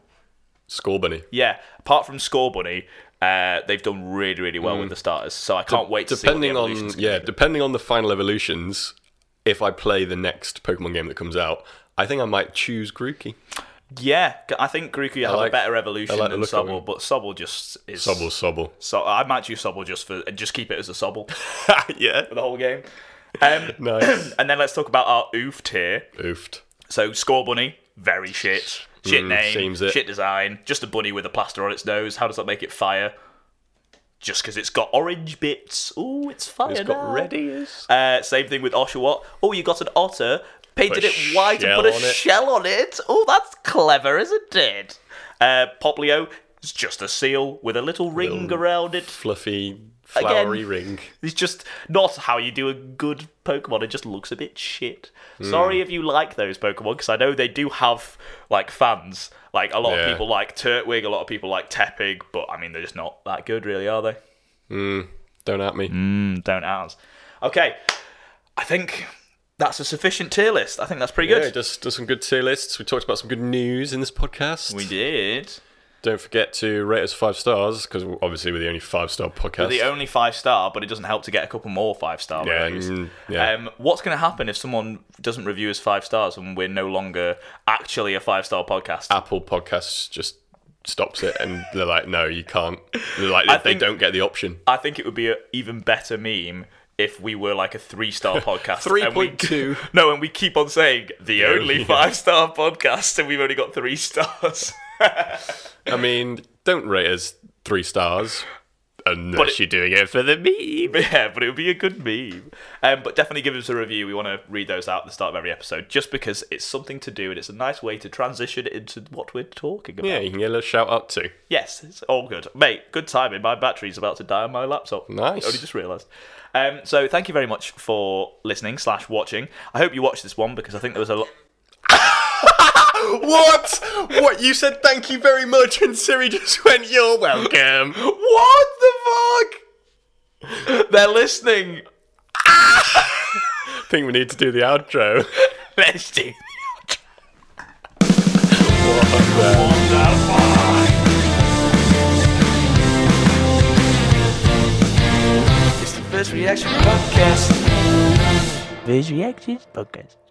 Score Bunny.
Yeah, apart from Score Bunny, Uh, they've done really, really well with the starters, so I can't wait to see
Mm.
what
depending
the
on
evolutions-
yeah, depending on the final evolutions, if I play the next Pokemon game that comes out, I think I might choose Grookey.
yeah, I think Grookey will have
like-
a better evolution
I like the
than
look of him.
Sobble, but Sobble just is
Sobble, Sobble.
So I might choose Sobble just for and just keep it as a Sobble for
<laughs> yeah,
the whole game. Um,
<laughs> Nice.
<clears throat> and then let's talk about our oof tier.
oofed.
So Score Bunny, very shit, shit
Mm,
name,
seems it.
shit design, just a bunny with a plaster on its nose. How does that make it fire? Just because it's got orange bits. Ooh, it's fire.
It's got
now.
red
Uh, same thing with Oshawott. Oh, you got an otter, painted
a
it white and
shell
put a
on it.
shell on it. Oh, that's clever, isn't it? Uh, Poplio is just a seal with a little ring around it.
fluffy, flowery ring.
It's just not how you do a good Pokemon. It just looks a bit shit.
Hmm.
Sorry if you like those Pokemon, because I know they do have like fans. Like a lot
Yeah.
of people like Turtwig, a lot of people like Tepig, but I mean they're just not that good, really, are they?
Don't at me.
Mm, don't ours. Okay, I think that's a sufficient tier list. I think that's pretty
Yeah,
good.
does does some good tier lists. We talked about some good news in this podcast.
we did.
Don't forget to rate us five stars because obviously we're the only five star podcast.
The only five star, but it doesn't help to get a couple more five star
yeah,
ratings.
mm, yeah.
Um, what's going to happen if someone doesn't review us five stars and we're no longer actually a five star podcast?
Apple Podcasts just stops it and <laughs> they're like, no, you can't. They're like, they,
think-
don't get the option.
I think it would be an even better meme if we were like a three
<laughs>
star podcast. and we-
3.2.
<laughs> No, and we keep on saying the only
only- <laughs>
five star podcast, and we've only got three stars.
I mean, don't rate us three stars unless you're doing it <laughs> for the meme.
But yeah, but it would be a good meme. Um, but definitely give us a review. We want to read those out at the start of every episode just because it's something to do and it's a nice way to transition into what we're talking about.
Yeah, you can get a little shout out too.
Yes, it's all good. Mate, good timing. My battery's about to die on my laptop.
Nice.
Only just realised. Um, so thank you very much for listening slash watching. I hope you watched this one because I think there was a lot...
What? What? You said thank you very much, and Siri just <laughs> went, "You're <laughs> welcome."
What the fuck? They're listening.
I think we need to do the outro.
Let's do
Viz Reactions Podcast.